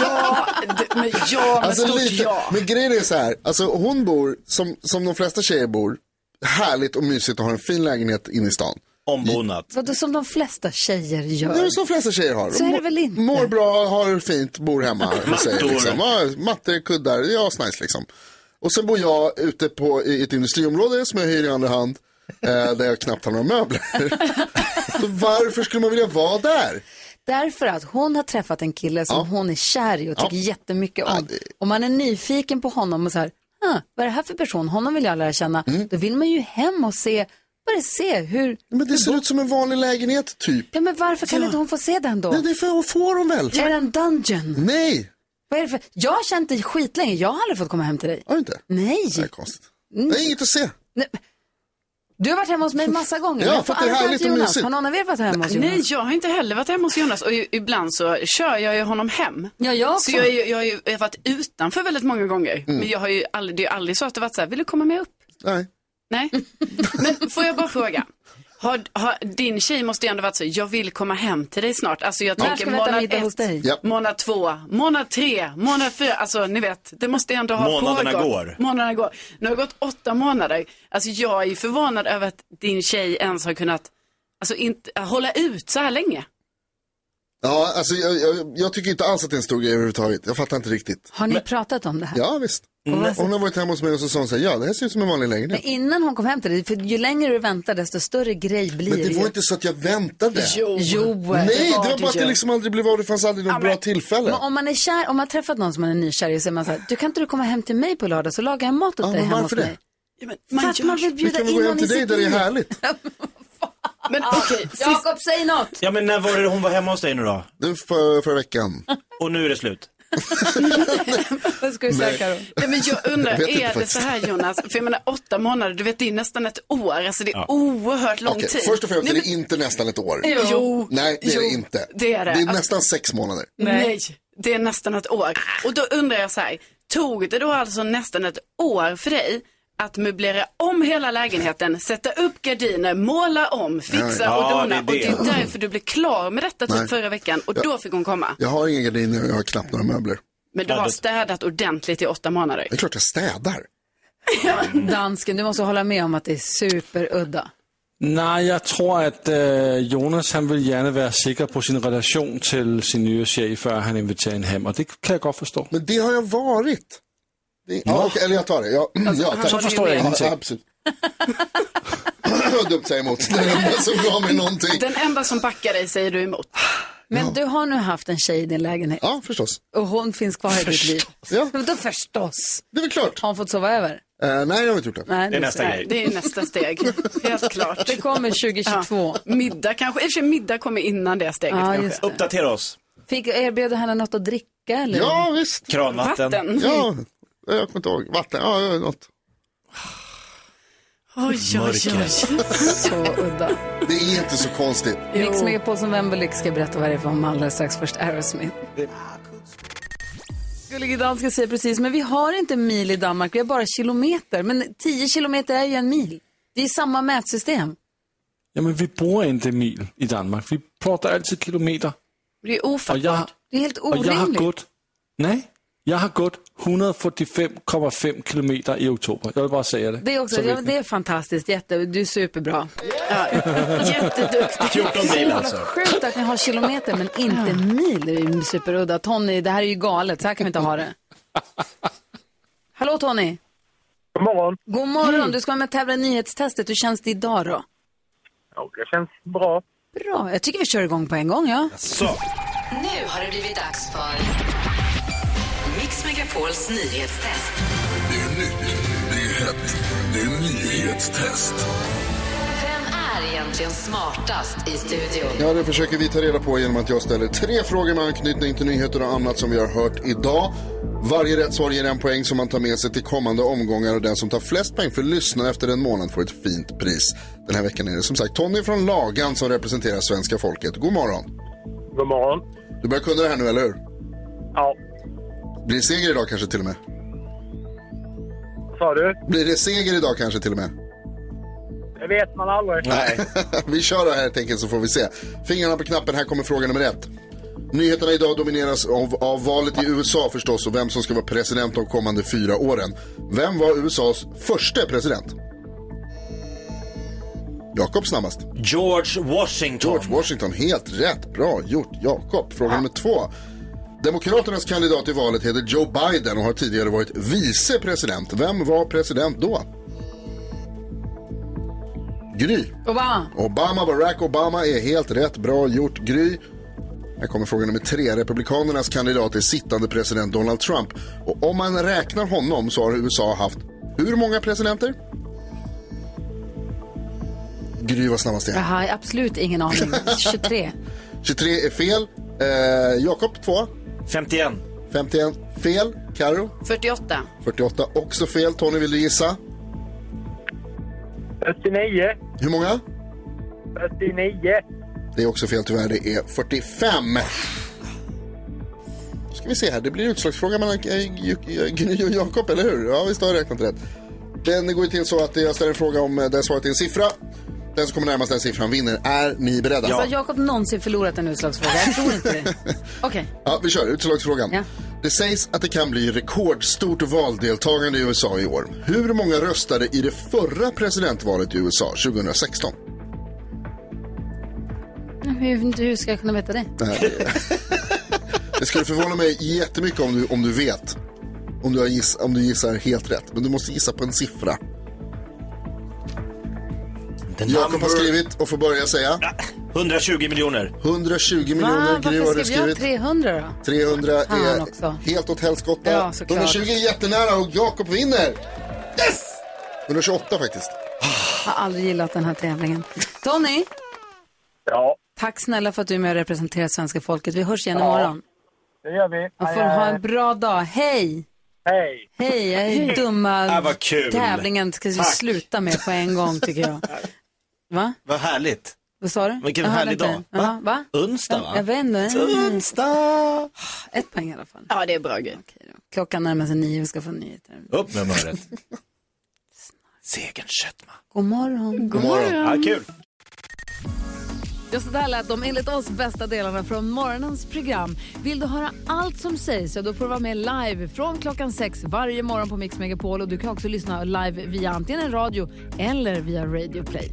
H: ja, d- men ja, men
F: Alltså,
H: stort
F: lite-
H: ja.
F: Men grejen är så här, alltså hon bor, som, som de flesta tjejer bor, härligt och mysigt och har en fin lägenhet inne i stan.
E: Ombonat.
C: Vadå som de flesta tjejer
F: Det
C: gör.
F: är väl som de flesta tjejer har.
C: Så är det väl inte.
F: Mår bra, har fint, bor hemma. hos sig,
E: Mattor.
F: Liksom. Ja, mattor, kuddar, det är asnice liksom. Och sen bor jag ute på, i ett industriområde som jag hyr i andra hand. Eh, där jag knappt har några möbler. så varför skulle man vilja vara där?
C: Därför att hon har träffat en kille som hon är kär i och tycker
F: Ja.
C: jättemycket om. Och man är nyfiken på honom och så här, "Ah, vad är det här för person? Honom vill jag lära känna. Då vill man ju hem och se, bara se hur...
F: Mm. Men det ser ut som en vanlig lägenhet typ.
C: Ja, men varför kan inte hon få se den då?
F: Nej, det får, får hon väl?
C: Är det en dungeon?
F: Nej.
C: Vad är det för... Jag har känt dig skitlänge, jag har aldrig fått komma hem till dig.
F: Har du inte?
C: Nej. Mm.
F: Det är konstigt. Det är inget att se.
C: Du har varit hemma hos mig massa gånger.
F: Ja,
C: men jag
F: för
C: får
F: att det
C: aldrig
F: är
C: komma
F: härligt
C: till
F: och
C: Jonas.
F: mysigt.
C: Har någon av er varit hemma hos Jonas?
H: Nej, jag har inte heller varit hemma hos Jonas och ju, ibland så kör jag ju honom hem.
C: Ja, jag också.
H: Så jag, är ju- jag, har ju- jag har varit utanför väldigt många gånger.
F: Mm.
H: Men jag har ju aldrig, det är ju aldrig så att det varit så här, vill du komma med upp?
F: Nej.
H: Nej, men får jag bara fråga. Har, har, din tjej måste ju ändå varit så, jag vill komma hem till dig snart. Alltså jag
C: När
H: tänker
C: ska vi äta
H: månad
C: middag hos dig?
H: ett,
C: Ja.
H: månad två, månad tre, månad fyra. Alltså ni vet, det måste ju ändå ha
E: Månaderna
H: pågått.
E: går.
H: Månaderna går. Nu har det gått åtta månader. Alltså jag är ju förvånad över att din tjej ens har kunnat, alltså inte, hålla ut så här länge.
F: Ja, alltså jag, jag, jag tycker inte alls att det är en stor grej överhuvudtaget. Jag fattar inte riktigt.
C: Har ni pratat om det här?
F: Ja, visst.
C: Mm.
F: Hon- Hon har varit hemma hos mig och så sa hon så här, ja det här ser ut som en vanlig
C: Men
F: lägenhet.
C: innan hon kom hem till dig, för ju längre du väntar desto större grej blir
F: Men det
C: ju.
F: var inte så att jag väntade.
C: Jo. Jo,
F: Nej,
C: det
F: det
C: var
F: var
C: det
F: bara att
C: ju.
F: det liksom aldrig blev av. Det fanns aldrig något bra tillfälle.
C: Men om man är kär, om man har träffat någon som man är nykär i så är man så här, du kan inte du komma hem till mig på lördag så lagar jag mat åt
F: Ja,
C: dig
F: men
C: hemma hos
F: varför det?
C: mig. För att man vill
F: Vi
C: bjuda
F: kan
C: in
F: väl gå
C: någon
F: hem
C: i
F: till dig
C: sitt
F: där det är
C: liv.
F: härligt.
H: Men okej,
C: Ah, Jakob, säg något.
E: Ja men när var det hon var hemma hos dig nu då?
F: Nu för, förra veckan.
E: Och nu är det slut?
A: Vad ska
F: du säga, Nej. Karo?
H: Nej, men jag undrar,
E: Jag vet inte
H: är det
E: faktiskt.
H: så här Jonas? För jag menar åtta månader, du vet det är nästan ett år. Alltså det är
F: Ja.
H: oerhört lång
F: Okej,
H: tid.
F: Först och främst
H: Nej,
F: är det inte nästan ett år.
H: Jo. Jo.
F: Nej, det är det
H: Jo,
F: inte.
H: det är det.
F: Det är
H: Alltså-
F: nästan sex månader.
H: men, nej, det är nästan ett år. Och då undrar jag så här, tog det då alltså nästan ett år för dig att möblera om hela lägenheten, sätta upp gardiner, måla om, fixa
F: Ja, ja.
H: och
F: Ja,
H: dona.
F: det är det.
H: Och det är därför du blev klar med detta
F: Nej.
H: typ förra veckan och
F: Ja.
H: då fick hon komma.
F: Jag har inga gardiner och jag har knappt några möbler.
H: Men du
F: Ja,
H: har
F: det-
H: städat ordentligt i åtta månader.
F: Det är klart jag städar.
C: Dansken, du måste hålla med om att det är superudda.
P: Nej, jeg tror, at øh, Jonas han vil gerne være sikker på sin relation til sin nye chef, før han inviterer hende hjem, og det kan jeg godt forstå.
F: Men det har jeg været. Det- Ja, okej, eller jag tar det. Ja,
P: Alltså,
F: ja,
P: han
F: tack.
P: Så förstår jag
F: Ja,
P: ingenting.
F: Absolut. Dumt säga emot. Det är det enda som gav mig någonting.
H: Den enda som backar dig säger du emot.
C: Men du har nu haft en tjej i din lägenhet.
F: Ja, förstås.
C: Och hon finns kvar i ditt liv.
F: Ja.
C: Men då förstås.
F: Det är väl klart.
C: Har hon fått sova över?
F: Eh, nej, jag har inte gjort det.
C: Nej, det- nästa
H: Nej, Det är nästa steg, helt klart.
C: Det kommer 2022.
H: Ja. Middag kanske, i och för sig middag kommer innan det steget
C: Ja, just
H: kanske.
E: Uppdatera oss.
C: Fick, erbjöd henne något att dricka eller?
F: visst.
E: Kranvatten.
H: Vatten.
F: Ja, jag kommer inte ihåg. Vatten, ja, ja, något.
H: Oj,
C: Så udda.
F: Det är inte så konstigt.
C: Mix Megapol som Wembley ska berätta vad det är för om alldeles strax. Först Aerosmith. Gullige danska säger precis, men vi har inte mil i Danmark, vi har bara kilometer. Men 10 kilometer är ju en mil. Det är samma mätsystem.
P: Jamen, vi bruger ikke mil i Danmark. Vi prater altid kilometer.
H: Det är ofattbart.
P: Og jeg,
C: Det är helt
P: og jeg har
C: orimligt.
P: gået... Nej, jeg har gået 145,5 kilometer i oktober. Jeg vil bare sige det.
C: Det är,
P: Så
C: också,
P: ved
C: ja,
P: den.
C: det är fantastiskt, jätte, du är superbra.
H: Jätteduktig.
P: 14 mil, alltså.
C: Sjukt att ni har kilometer men inte mil, det är ju superudda. Tony, det här är ju galet, så här kan vi inte ha det. Hallå Tony!
R: God morgon!
C: God morgon, du ska vara med och tävla i nyhetstestet. Hur känns det idag då?
R: Ja, det känns bra.
C: Bra, jag tycker vi kör igång på en gång ja.
R: Så.
S: Nu har det blivit dags för Mix Megapols nyhetstest.
I: Det är nytt, det är hett, det är nyhetstest.
S: Vem är egentligen smartast i studion?
F: Ja, det försöker vi ta reda på genom att jag ställer tre frågor med anknytning till nyheter och annat som vi har hört idag. Varje rätt svar ger en poäng som man tar med sig till kommande omgångar och den som tar flest poäng för att lyssna efter en månad får ett fint pris. Den här veckan är det som sagt Tony från Lagan som representerar svenska folket. God morgon!
R: God morgon.
F: Du börjar kunna det här nu, eller hur?
R: Ja.
F: Blir det seger idag kanske till och med?
R: Sa du?
F: Blir det seger idag kanske till och med?
R: Det vet man aldrig.
F: vi kör det här helt enkelt så får vi se. Fingrarna på knappen, här kommer fråga nummer ett. Nyheterna idag domineras av, av valet i USA förstås och vem som ska vara president de kommande fyra åren. Vem var USAs första president? Jakob snabbast.
E: George Washington.
F: George Washington, helt rätt. Bra gjort Jakob. Fråga nummer två. Demokraternas kandidat i valet heter Joe Biden och har tidigare varit vice president. Vem var president då? Gry.
C: Obama.
F: Obama, Barack Obama är helt rätt. Bra gjort, Gry. Här kommer fråga nummer tre. Republikanernas kandidat är sittande president Donald Trump. Och om man räknar honom så har USA haft hur många presidenter? Gry var snabbast
C: Jag
F: igen.
C: har absolut ingen aning. 23.
F: 23 är fel. Eh, Jakob, två.
E: 51.
F: 51 fel. Karo
H: 48.
F: 48 också fel. Tony, vill du gissa?
R: 49.
F: Hur många?
R: 49.
F: Det är också fel tyvärr, det är 45. Då ska vi se här, det blir utslagsfråga mellan eh, Ju- eh, Gry och Jakob, eller hur? Ja, visst har jag räknat rätt. Den går ju till så att jag ställer en fråga om eh, där svaret är en siffra. Den som kommer närmast den siffran vinner. Är ni beredda?
C: Har Jakob någonsin förlorat en utslagsfråga? Jag tror inte det. Okej.
F: Ja, vi kör utslagsfrågan. Det sägs att det kan bli rekordstort valdeltagande i USA i år. Hur många röstade i det förra presidentvalet i USA 2016?
C: Hur, hur ska jag kunna veta det?
F: Nej, det- Det skulle förvåna mig jättemycket om du, om du vet. Om du, har giss, om du gissar helt rätt. Men du måste gissa på en siffra. Jakob har skrivit och får börja säga.
E: 120 miljoner.
F: 120
C: Va?
F: miljoner. Gry har
C: Varför
F: du
C: skrev jag
F: skrivit.
C: 300 då?
F: 300
C: Fan
F: är
C: också.
F: helt åt helskotta.
C: Ja, såklart.
F: 120 är jättenära och Jakob vinner. Yes! 128 faktiskt.
C: Har aldrig gillat den här tävlingen. Tony,
R: Ja,
C: Tack snälla för att du är med och representerar svenska folket. Vi hörs igen
R: Ja.
C: imorgon.
R: det gör vi.
C: Man får ha en bra dag. Hej!
R: Hej!
C: Hej, jag är
R: Hej.
C: dumma
E: Ah, vad kul.
C: tävlingen ska vi
E: Tack.
C: sluta med på en gång tycker jag. Va?
E: Vad härligt.
C: Vad sa du?
E: Vilken
C: Jag hörde
E: härlig
C: inte.
E: dag.
C: Ja, Va?
E: Onsdag va?
C: Jag vet inte. Ah,
E: Onsdag!
C: Ett poäng i alla fall.
H: Ja, det är bra grej.
C: Klockan närmar sig nio, vi ska få nyheter.
E: Upp med humöret. Segern Köttman.
C: God morgon.
E: God morgon. Ja, kul.
A: Ja, så där lät de enligt oss bästa delarna från morgonens program. Vill du höra allt som sägs så då får du vara med live från klockan sex varje morgon på Mix Megapol. Och du kan också lyssna live via antingen radio eller via Radio Play.